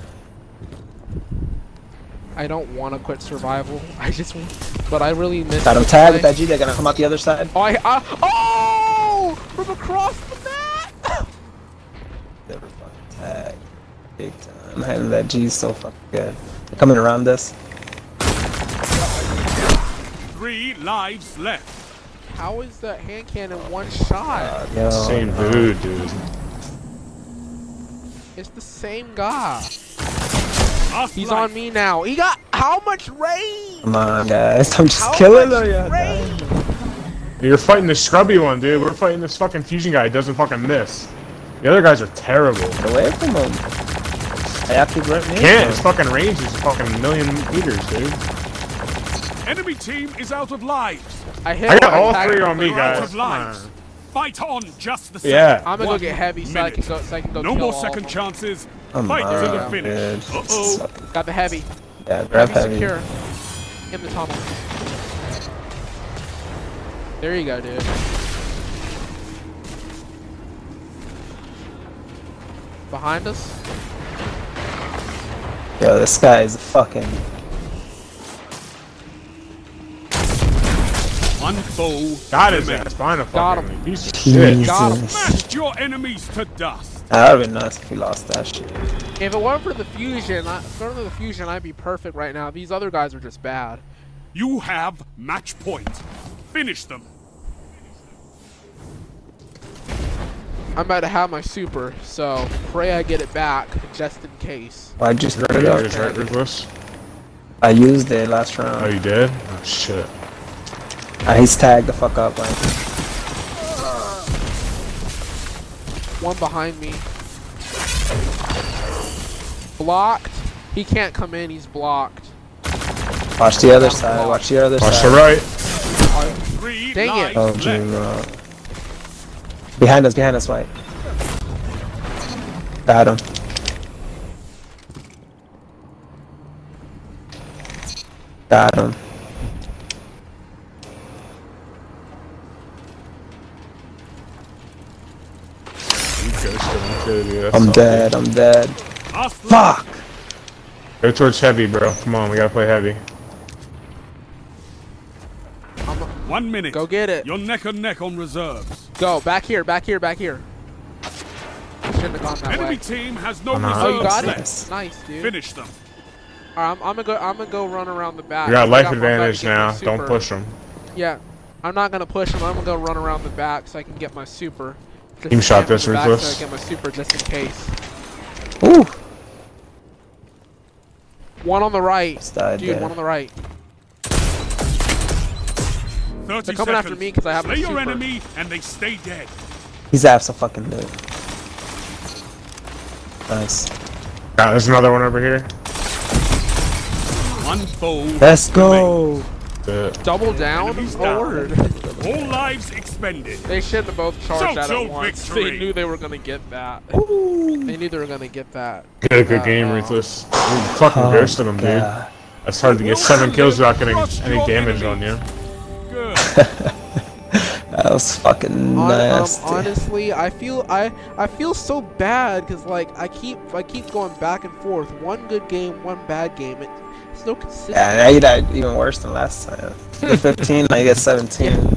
A: I don't want to quit survival. [LAUGHS] I just, want- but I really miss.
B: Got him
A: the
B: tagged with
A: play.
B: that G. They're gonna come out the other side.
A: Oh, I, I, oh! From across the map. [COUGHS]
B: They were fucking tagged. Big time. Man, that G's so fucking good. They're coming around us.
D: Three lives left.
A: How is that hand cannon
B: Oh
A: one shot?
B: Yo,
C: Same dude, dude.
A: It's the same guy.
D: Last
A: He's
D: life.
A: on me now. He got how much range?
B: Come on, guys. [LAUGHS] I'm just
A: How
B: killing
A: much
B: them. yeah.
A: range?
C: You're fighting the scrubby one, dude. We're fighting this fucking fusion guy. He doesn't fucking miss. The other guys are terrible.
B: Get away from him. I have to grip me.
C: Can't. His fucking range is a fucking million meters, dude.
D: Enemy team is out of lives.
A: I hit.
C: I got
A: one
C: all
A: tag-
C: three on me,
D: We're out
C: guys.
D: of lives. Fight on just the same.
C: Yeah.
A: I'm gonna go
D: One
A: get heavy so I can go. So I can go
D: No
A: kill
D: more
A: all of
D: second
A: them.
D: chances.
B: Come
D: Fight
B: on,
D: to the finish.
B: dude.
D: Uh oh.
A: Got the heavy.
B: Yeah, grab
A: heavy
B: heavy.
A: secure. In the tunnel. There you go, dude. Behind us.
B: Yo, this guy is fucking.
D: One foe.
C: Got his ass behind a
A: Got
C: fucking
A: him.
C: piece of shit.
A: Got him.
B: Jesus.
D: Smashed your enemies to dust.
B: That would've been nice if we lost that shit.
A: If it weren't for the fusion, I, if it weren't for the fusion, I'd be perfect right now. These other guys are just bad.
D: You have match point. Finish them.
A: I'm about to have my super, so pray I get it back just in case.
B: Why'd you screw it
C: Yeah, just right,
B: up?
C: Ruthless.
B: I used it last round.
C: Oh, you did? Oh, shit.
B: Ah, he's tagged the fuck up. Like,
A: One behind me. Blocked. He can't come in. He's blocked.
B: watch the other side. Watch the other
C: Watch the
B: side.
C: right.
D: Three
A: Dang it.
D: lives
B: Oh,
D: left.
B: gee, no. Behind us, behind us, White. Got him. Got him.
C: You ghosted him too, dude. That
B: I'm
C: sucks.
B: dead. I'm dead.
D: Last life.
B: Fuck.
C: Go towards heavy, bro. Come on, we gotta play heavy.
D: One minute.
A: Go get it.
D: You're neck and neck on reserves.
A: Go back here. Back here. Back here. Shouldn't have gone that
D: Enemy
A: way.
D: team has no
C: I'm out.
A: Oh, you
D: reserves
A: got
D: left.
A: it. Nice, dude. Alright,
D: Finish them.
A: I'm, I'm gonna go. I'm gonna go run around the back.
C: You got
A: I
C: life
A: think I'm about
C: advantage
A: to get my
C: now. Don't
A: super.
C: push him.
A: Yeah, I'm not gonna push him. I'm gonna go run around the back so I can get my super. Just
C: Team
A: stand
C: shot
A: in
C: this,
A: the back
C: Ruthless.
A: So I get my super just in case.
B: Ooh.
A: One on the right.
B: Just died
A: Dude,
B: there.
A: one on the right.
D: 30
A: They're
D: seconds.
A: coming after me 'cause I have
D: Slay
A: my
D: your
A: super.
D: enemy and they stay dead.
B: He's abs a fucking dude. Nice.
C: Ah, there's another one over here.
D: One foe.
B: Let's go.
C: Uh,
A: Double down. Oh,
D: Enemies down.
A: Lord.
D: All lives expended.
A: They shouldn't have both charged that
D: So-so
A: at once. They
D: victory.
A: knew they were gonna get that. They knew they were gonna get that.
C: good, good game,
A: Uh,
C: Ruthless. You fucking
B: Oh,
C: ghosted him, dude.
B: God.
C: That's hard to get seven kills without getting any damage on you.
D: Good.
B: [LAUGHS] That was fucking
A: Hon- um,
B: nasty.
A: honestly, I feel I I feel so bad because like I keep I keep going back and forth. One good game, one bad game. It, it's no consistency.
B: Yeah, now you died even worse than last time.
A: [LAUGHS]
B: You're 15, now you get 17.
C: Oh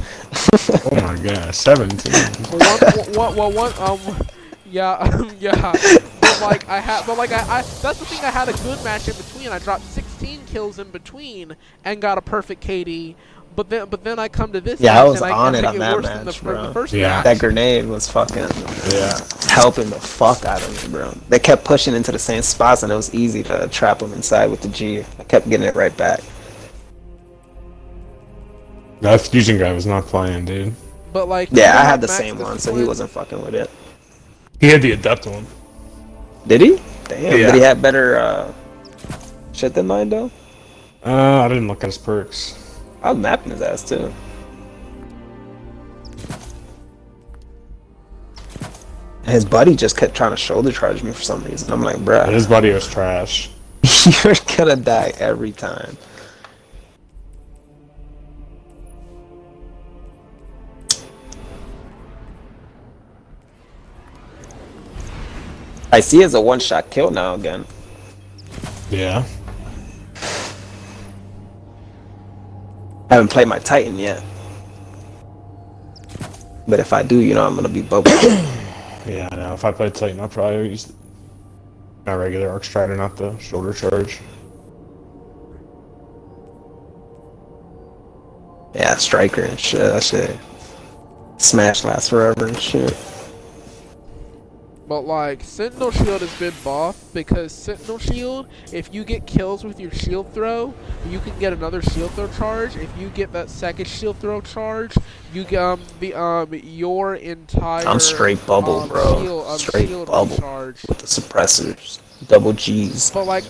C: my god, 17.
A: well, one, well, one, well, one, um, yeah, [LAUGHS] um, yeah. But like I had, but like I, I, that's the thing. I had a good match in between. I dropped 16 kills in between and got a perfect KD. But then, but then I come to this.
B: Yeah, I
A: match
B: was
A: and
B: on
A: I,
B: it
A: I
B: on
A: take
B: that
A: worse than the,
B: match,
A: fir- the
B: bro.
A: first
C: Yeah.
A: match.
B: that grenade was fucking
C: Yeah.
B: helping the fuck out of me, bro. They kept pushing into the same spots, and it was easy to trap them inside with the G. I kept getting it right back.
C: That fusion guy was not playing, dude.
A: But like,
B: Yeah, I
A: even
B: had the
A: match
B: same
A: this
B: one, so he
A: one-
B: wasn't fucking with it.
C: He had the adept one.
B: Did he? Damn,
C: Yeah.
B: but he had better uh, shit than mine, though.
C: Uh, I didn't look at his perks.
B: I was mapping his ass, too. His buddy just kept trying to shoulder charge me for some reason. I'm like, bruh,
C: His buddy was trash.
B: [LAUGHS] you're gonna die every time. I see it's a one shot kill now again.
C: Yeah.
B: I haven't played my Titan yet. But if I do, you know I'm gonna be bubble.
C: Yeah, I know. If I played Titan, I'd probably use my regular Arc Strider, not the shoulder charge.
B: yeah, striker and shit. That shit. Smash lasts forever and shit.
A: But like Sentinel Shield has been buffed because Sentinel Shield, if you get kills with your shield throw, you can get another shield throw charge. If you get that second shield throw charge, you get um, the um your entire
B: I'm straight bubble,
A: um,
B: bro.
A: shield- um,
B: Straight
A: shield
B: bubble.
A: charge.
B: With the suppressors, double G's.
A: But like,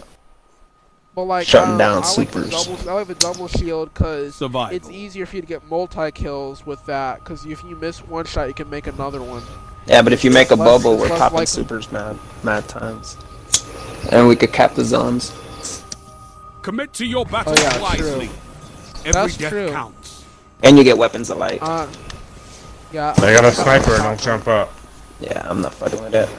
A: but like,
B: Shutting
A: um,
B: down
A: I like the
B: supers.
A: double, I like the double shield because
E: Survival.
A: it's easier for you to get multi kills with that. Because if you miss one shot, you can make another one.
B: Yeah, but if you make a
A: It's less-
B: bubble,
A: it's
B: we're
A: less
B: popping
A: likely.
B: supers mad, mad times, and we could cap the zones.
D: Commit to your battle
A: Oh, yeah,
D: wisely.
A: true.
D: Every
A: That's
D: death
A: true.
D: counts.
B: And you get weapons alike.
A: Um, yeah.
C: They got a sniper and I'll jump up.
B: yeah, I'm not fucking with that.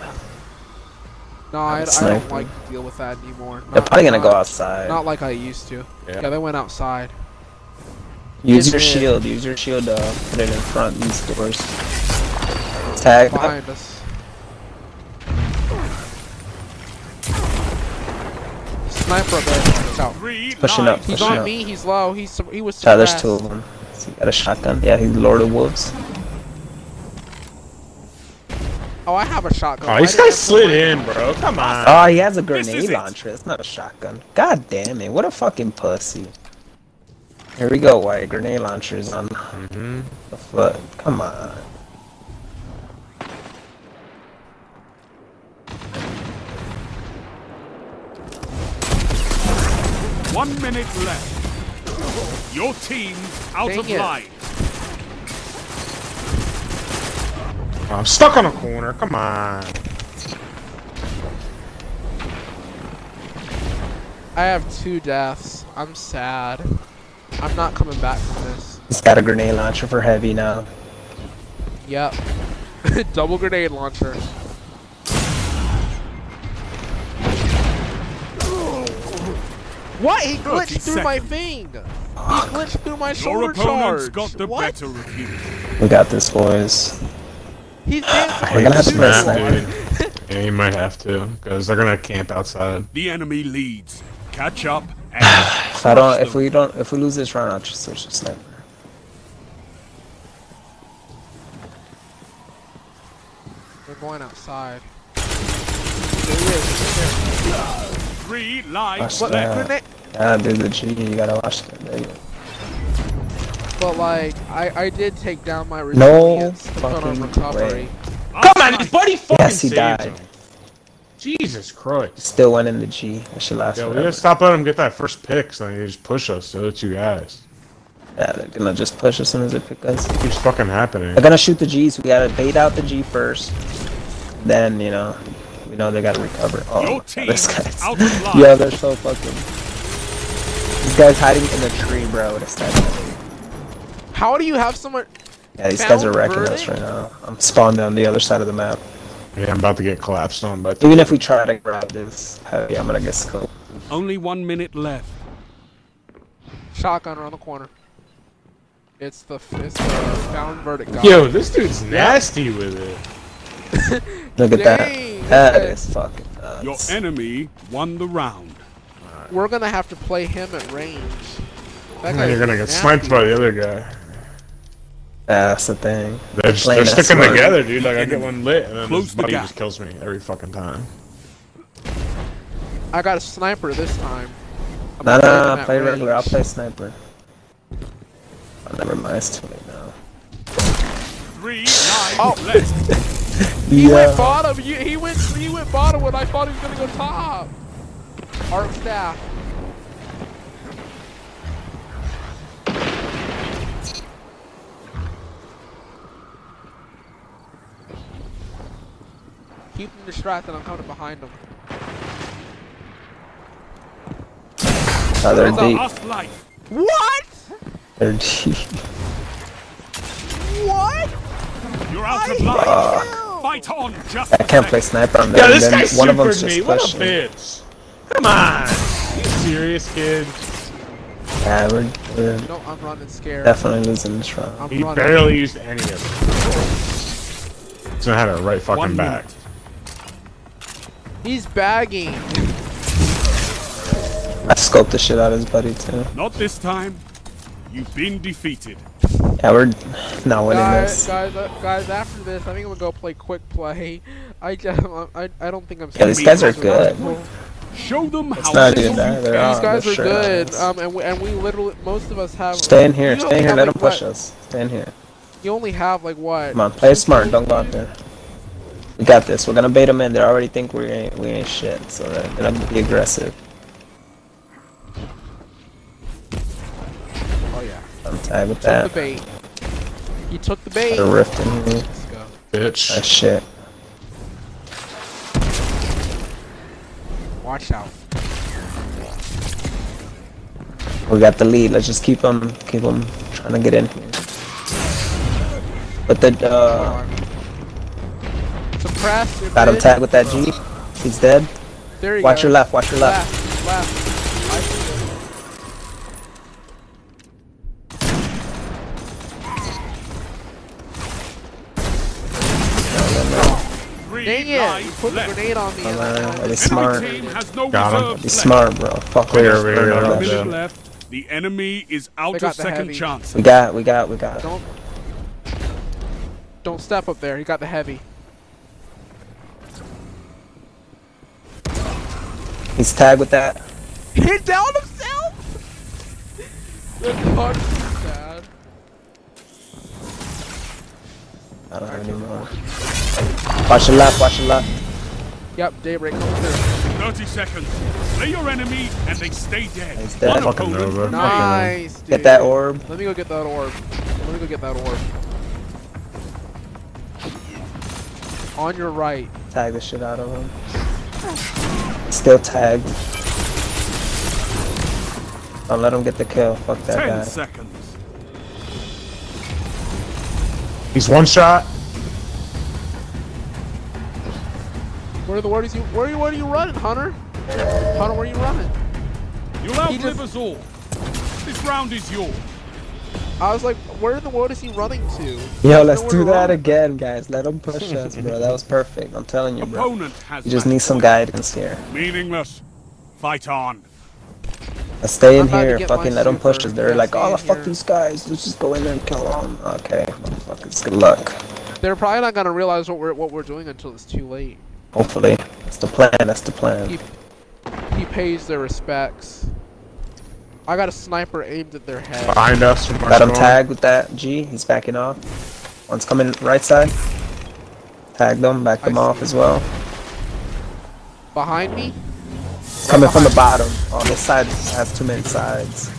A: No, I, I
B: Sniper.
A: don't like to deal with that anymore.
B: They're
A: Not-
B: probably gonna go
A: not-
B: outside.
A: Not like I used to.
C: Yeah.
A: Yeah, they went outside.
B: use your
A: it's a-
B: shield. Use your shield to uh, put it in front of these doors. Tag.
A: Behind us. Sniper up there. Watch out.
D: Three
B: Pushing up.
D: lives.
A: He's
B: Pushing
A: on
B: up.
A: me. He's low. He's he was.
B: Nah, there's
A: suppressed.
B: two of them. He got a shotgun. Yeah, he's Lord of Wolves.
A: Oh, I have a shotgun.
C: Oh,
A: Why
C: this
A: didn't
C: guy
A: I put
C: slid
A: mine-
C: in, bro. Come on.
B: Oh, he has a
D: This is
B: grenade
D: it.
B: launcher. It's not a shotgun. God damn it! What a fucking pussy. Here we go. Why grenade launchers on the foot? Come on.
D: One minute left. Your team out
A: Dang
D: of
A: it.
D: line.
C: I'm stuck on a corner. Come on.
A: I have two deaths. I'm sad. I'm not coming back from this.
B: He's got a grenade launcher for heavy now.
A: Yep. [LAUGHS] Double grenade launcher. What? He glitched
D: 30
A: through my thing. He glitched through my
D: Your
A: shoulder
D: opponent's
A: charge.
D: got the
A: what?
D: better of you.
B: We got this, boys.
A: He's dancing.
B: We're gonna have to
A: Dude,
B: play
A: what?
B: sniper.
C: dude. Yeah, you might have to, because they're gonna camp outside.
D: The enemy leads.
B: [SIGHS]
D: Catch up and
B: If I don't, if we don't, if we lose this round, I'll just switch to sniper.
A: They're going outside. There he is.
D: three
B: Watch
D: lives.
A: But,
B: that.
A: grenade-
B: Ah, there's a G. You gotta watch that. There you go.
A: but like, I, I did take down my
B: No
A: resilience to put on
B: fucking
A: recovery.
B: way.
C: Come on, his buddy fucking
B: Yes, he
C: saved
B: died.
C: him. Jesus Christ.
B: Still went in the G. That should last
C: Yeah, we
B: forever.
C: gotta stop letting him get that first pick, so they just push us, the other two guys.
B: Yeah, they're gonna just push as soon as they pick us.
C: keeps fucking happening.
B: They're gonna shoot the G's. We gotta bait out the G first. Then you know, we know they gotta recover. Oh,
D: Your
B: my God,
D: team
B: this guy's. [LAUGHS]
D: out of line.
B: Yeah, they're so fucking. This guy's hiding in the tree, bro. With a sniper.
A: How do you have someone?
B: Yeah, these guys are
A: Found
B: wrecking us
A: verdict?
B: right now. I'm spawned on the other side of the map.
C: Yeah, I'm about to get collapsed on, but
B: Even if we try to grab this heavy, I'm gonna get scoped.
D: Only one minute left.
A: Shotgun around the corner. It's the it's the found verdict guy.
C: yo, this dude's nasty with it.
B: Look at
A: Dang,
B: that. That
A: okay.
B: is fucking
D: Your
B: nuts.
D: enemy won the round.
A: We're gonna have to play him at range. That
C: Now
A: guy's
C: you're gonna get
A: nasty.
C: sniped by the other guy.
B: That's the thing.
C: They're, just,
B: Playing
C: they're
B: that
C: sticking
B: smart.
C: together, dude. Like I get one lit, and then
D: Close
C: this
D: the
C: buddy
D: gap.
C: just kills me every fucking time.
A: I got a sniper this time. I'm
B: No,
A: playing
B: no,
A: him
B: no.
A: at
B: Play regular. I'll
A: range.
B: play sniper. Oh, never mind. It's too late now.
D: Three lives
B: Oh.
D: left.
A: He
B: Yeah.
A: went bottom. You, he went. He went bottom when I thought he was gonna go top. Arc staff. Keep them distracted. I'm coming behind them.
B: Oh, they're
A: It's a
B: deep.
D: Last life.
A: What?
B: They're deep.
A: What?
D: You're out of line. Fight on, just
B: I can't play sniper on them.
C: Yeah, this
B: then
C: guy
B: one of them's
C: supered
B: just
C: me. What a
B: pushing.
C: bitch. Come on. You serious, kid?
B: Yeah, we're, we're
A: No, I'm running scared.
B: definitely losing this round.
A: I'm
C: He
A: running.
C: barely used any of it. So I had a right fucking
D: One
C: back.
D: minute.
A: He's bagging.
B: I scoped the shit out of his buddy too.
D: Not this time. You've been defeated.
B: Yeah, we're not winning
A: Guys,
B: this.
A: guys, uh, guys, after this, I think I'm gonna go play quick play. [LAUGHS] I just, um, I, I don't think I'm.
B: Yeah, these
A: serious.
B: guys are good.
D: Show them
B: It's
D: how
B: not
D: this
B: even that. They're
A: These
B: on
A: guys
B: the
A: are
B: shirt.
A: good. Um, and we, and we literally, most of us have. um,
B: Stay in here.
A: You
B: Stay in here.
A: only
B: Let
A: have,
B: them push
A: like,
B: us. Stay in here.
A: what- You only have like what?
B: Come on, play smart. Don't go out there. We got this. We're gonna bait them in. They already think we ain't we ain't shit. So they're they're gonna be aggressive.
A: Oh yeah.
B: I'm tired with
A: Took the
B: that.
A: bait. You took the bait.
B: They're rifting me.
A: Let's go.
C: Bitch.
B: That shit.
A: Watch out.
B: We got the lead. Let's just keep them, keep them trying to get in here. But the
A: Hold
B: uh,
A: on. Suppress. your
B: got him
A: bitch.
B: tagged with that Jeep. He's dead.
A: There you
B: Watch
A: go.
B: your left. Watch your left.
A: Left. Left. I see him.
D: three
A: Dang it! You
D: lives
A: put the
D: left.
A: grenade on me.
B: Come
A: and I-
B: on, be
D: Enemy
B: smart.
D: team has no
C: Got 'em.
D: reserves
B: Be
D: left.
B: smart, bro. Fuck
C: Clear,
B: with
C: clear,
B: us,
C: clear,
B: clear,
C: clear.
B: clear.
D: Minute
C: Yeah.
D: left. The enemy is out
A: got
D: of
A: the
D: second
A: heavy.
D: chance.
B: We got, we got, we got.
A: Don't. Don't step up there. He got the heavy.
B: He's tagged with that.
A: [LAUGHS] He down himself. That's not sad.
B: I don't have any more. Watch your left. Watch your left.
A: Yep, daybreak coming through.
D: 30 seconds. Slay your enemy and they stay dead.
B: He's dead.
D: One
C: Fucking
D: opponent
C: over.
A: Nice. Dude.
B: Get that orb.
A: Let me go get that orb. Let me go get that orb. On your right.
B: Tag the shit out of him. Still tagged. Don't let him get the kill. Fuck that
D: 10
B: guy.
D: seconds.
C: He's one shot.
A: Where are the where is you where are you where are you running, Hunter? Hunter, where are you running?
D: You'll outlive
A: just-
D: us all. This round is yours.
A: I was like, where in the world is he running to?
B: Yo, let's do
A: Nowhere to
B: that
A: run.
B: again, guys. Let them push us, bro. That was perfect. I'm telling you, bro.
D: Opponent has
B: You just
D: left.
B: need some guidance here.
D: Meaningless. Fight on.
B: Now stay in
A: I'm about to
B: here.
A: get
B: Fucking
A: my
B: let them push
A: super.
B: us. They're
A: Yeah,
B: like,
A: stay
B: oh,
A: in
B: fuck
A: here."
B: these guys. Let's just go in there and kill them. Okay, motherfuckers. Good luck.
A: They're probably not gonna realize what we're what we're doing until it's too late.
B: Hopefully. That's the plan. That's the plan.
A: He he pays their respects. I got a sniper aimed at their head.
C: Behind us. From our
B: Got him
C: storm.
B: tagged with that G. He's backing off. One's coming right side. Tag them. Back
A: I
B: them off
A: see.
B: as well.
A: Behind me?
B: Coming from the bottom. Oh, this side has too many sides.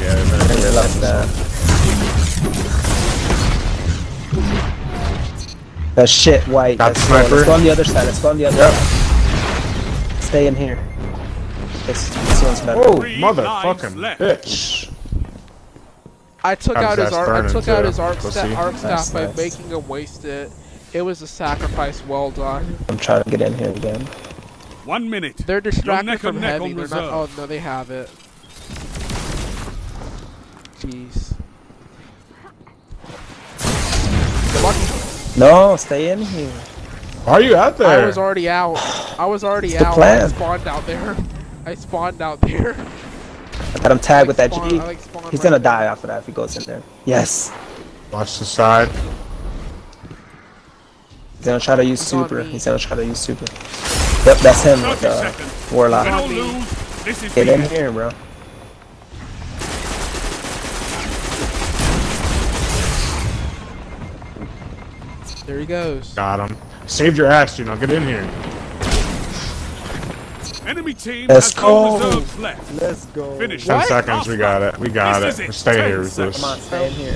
C: Yeah, man.
B: I didn't realize that. That Oh, shit white.
C: Got
B: That's
C: the
B: slow.
C: sniper.
B: Let's go on the other side. Let's go on the other side. Stay in here. This, this one's better.
C: Oh,
D: Three lives
C: motherfucking
D: left.
C: bitch.
A: I took
C: How's
A: out his
C: that
A: arc. I
C: burning
A: took out
C: too,
A: his arc, sta-
C: pussy?
A: arc
B: Nice,
A: staff by
B: nice.
A: making him waste it. It was a sacrifice well done.
B: I'm trying to get in here again.
D: One minute.
A: They're
D: You're
A: distracted
D: neck
A: from
D: and neck
A: heavy.
D: on
A: They're
D: reserve.
A: not. Oh no, they have it. Jeez. Good luck.
B: No, stay in here.
C: Why are you out
A: I
C: there?
A: was already out. I was already
B: the
A: out. I
B: plan.
A: spawned out there. I spawned out there.
B: I got him tagged with that
A: spawn-
B: G.
A: I like spawn
B: He's
A: right
B: gonna
A: there.
B: die off of that if he goes in there. Yes.
C: Watch the side.
B: He's gonna try to use
A: It's on
B: super.
A: me.
B: He's gonna try to use super. Yep, that's him with
D: 30
B: the
D: seconds. Win
B: warlock.
D: or lose, this is
B: Get
D: the
B: in
D: end.
B: here, bro.
A: There he goes.
C: Got him. Saved your ass, dude. Now get in here.
D: Enemy team
B: Let's
D: has no
B: go.
D: reserves left.
B: Let's go.
D: Finish.
C: Ten
D: What?
C: seconds. We got it. We got
D: This is
C: it.
D: it.
C: We're staying
D: Ten
C: here with
D: seconds.
C: this.
B: Come on, stay in here.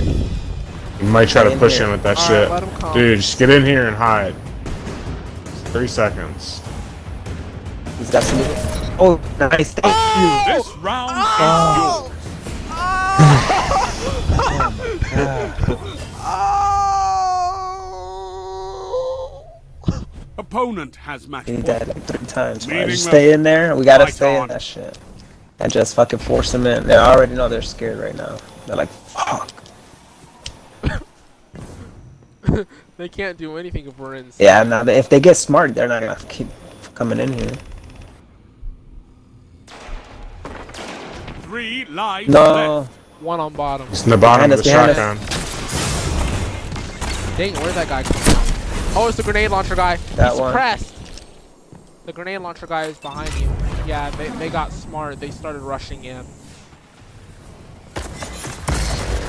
C: You might try
B: Stay
C: to
B: in
C: push
B: here.
C: in with that
A: All right,
C: shit.
A: let 'em come.
C: Dude, just get in here and hide. Three seconds.
B: He's got some. Oh, nice. Thank you.
C: Oh!
D: This round is yours.
C: Oh! [LAUGHS]
D: Opponent has match
B: He
D: point.
B: died like three times. Right?
D: Leaving
B: Just
D: the-
B: stay in there. We gotta
D: Lights
B: stay in
D: on.
B: that shit. And just fucking force them in. They already know they're scared right now. They're like, fuck.
A: They can't do anything if we're inside.
B: Yeah, now if they get smart, they're not gonna keep coming in here.
D: Three lives
B: No.
A: One on bottom.
C: It's in the bottom
B: Behind
C: of
B: us,
C: the
B: behind us.
C: shotgun.
A: Dang, where'd that guy come from? Oh, it's the grenade launcher guy.
B: That
A: He's
B: one.
A: suppressed. The grenade launcher guy is behind you. Yeah, they, they got smart. They started rushing in.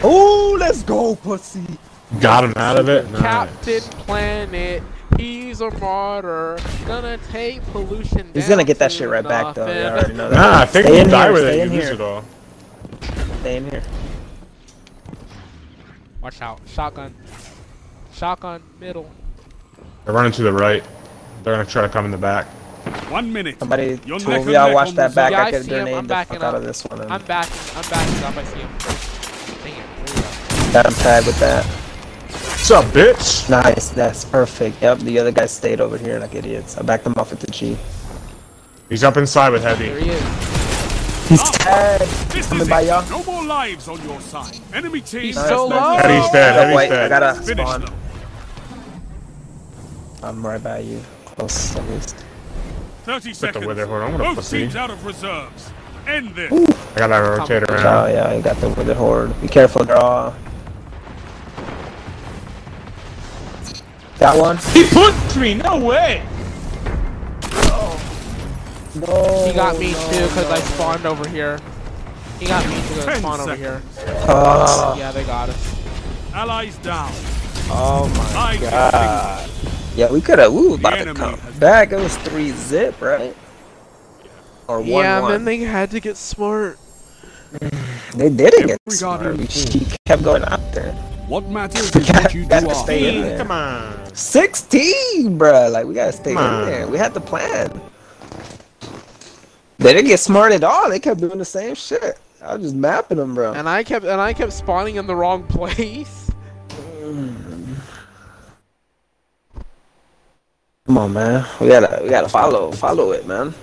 B: Oh, let's go, pussy.
C: Got him out of it. Nice.
A: Captain Planet, he's a martyr. Gonna take pollution
B: He's
A: down
B: gonna get that
A: to
B: shit right back though. They
A: nothing.
B: already know that.
C: Nah, I think
B: stay
C: if you
B: in
C: die
B: here,
C: with
B: stay
C: it,
B: in
C: you lose
B: here.
C: it all.
B: Stay in here.
A: Watch out. Shotgun. Shotgun, middle.
C: They're running to the right. They're gonna try to come in the back.
D: left. One minute.
B: Somebody,
D: You're
B: two
D: neck
B: of
D: and
B: y'all
D: neck
B: watch
D: on
B: that
D: the
A: zone.
B: back.
A: Yeah,
B: I
A: I
B: could
A: see 'em. I'm
B: grenade the
A: backing
B: fuck out
A: up.
B: of this one. And
A: I'm backing. I'm backing up. I see him. Dang it. there we go.
B: Got him tagged with that.
C: What's up, bitch?
B: Nice, that's perfect. Yep, the other guy stayed over here like idiots. I backed him off with the G.
C: He's up inside with
A: There
C: heavy.
A: he is.
B: He's tagged.
D: This
B: Coming
D: is
B: by
D: it.
B: y'all.
D: No more lives on your side. Enemy team.
A: He's so
B: nice.
A: low.
C: Heavy's dead.
B: Oh,
C: Heavy's
B: wait, I
C: dead.
B: gotta
D: Finish
B: spawn.
D: them.
B: I'm right by you. Close, at least.
D: 30
C: the
D: seconds.
C: weather horn on, I'm gonna
D: Both
C: pussy.
D: teams out of reserves. End this.
C: I gotta rotate
B: Oh,
C: around.
B: yeah, I got the Wither Horde. Be careful, they're all. That one?
C: He punched me. No way.
B: No.
A: He got me too because I spawned over here. He got me too 'cause I
D: Ten
A: spawned over here.
D: seconds.
B: Oh,
A: Yeah, they got us.
D: Allies down.
B: oh my.
D: I
B: God. Yeah, we could have. We were about
D: The
B: to
D: enemy
B: come
D: has-
B: back. It was three zip, right? Or one
A: yeah,
B: one.
A: and then they had to get smart.
B: They didn't get
E: Every
B: smart.
E: goddamn
B: She kept going out there.
E: What
B: [LAUGHS]
E: matters is what you do
B: Gotta
E: after.
B: stay in there.
C: Come on.
B: 16, bruh. Like, we gotta stay
C: Come on.
B: in there. We had the plan. They didn't get smart at all. They kept doing the same shit. I was just mapping them, bro.
A: And I kept and I kept spawning in the wrong [LAUGHS] place.
B: Come on, man. We gotta, we gotta follow, follow it, man.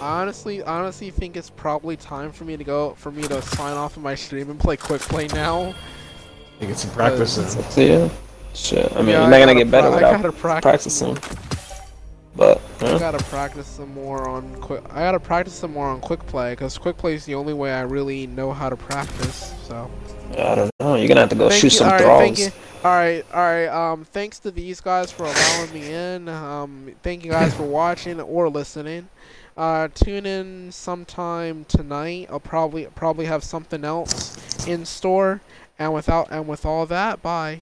A: I honestly, honestly think it's probably time for me to go for me to sign off of my stream and play quick play now.
C: You get some practice in.
B: See ya. Shit. I mean,
A: Yeah,
B: you're
A: I
B: not gonna
A: gotta
B: get better
A: pra- I gotta
B: without
A: practice
B: practicing. But
A: I
B: huh?
A: gotta practice some more on quick. I gotta practice some more on quick play because quick play is the only way I really know how to practice. So.
B: I don't know. You're gonna have to go
A: Thank
B: shoot
A: you-
B: some
A: alright,
B: throws.
A: thank you- Alright, alright, um, thanks to these guys for allowing me in. Um, thank you
B: [LAUGHS]
A: guys for watching or listening. Uh, tune in sometime tonight. I'll probably probably have something else in store. And without and with all that, bye.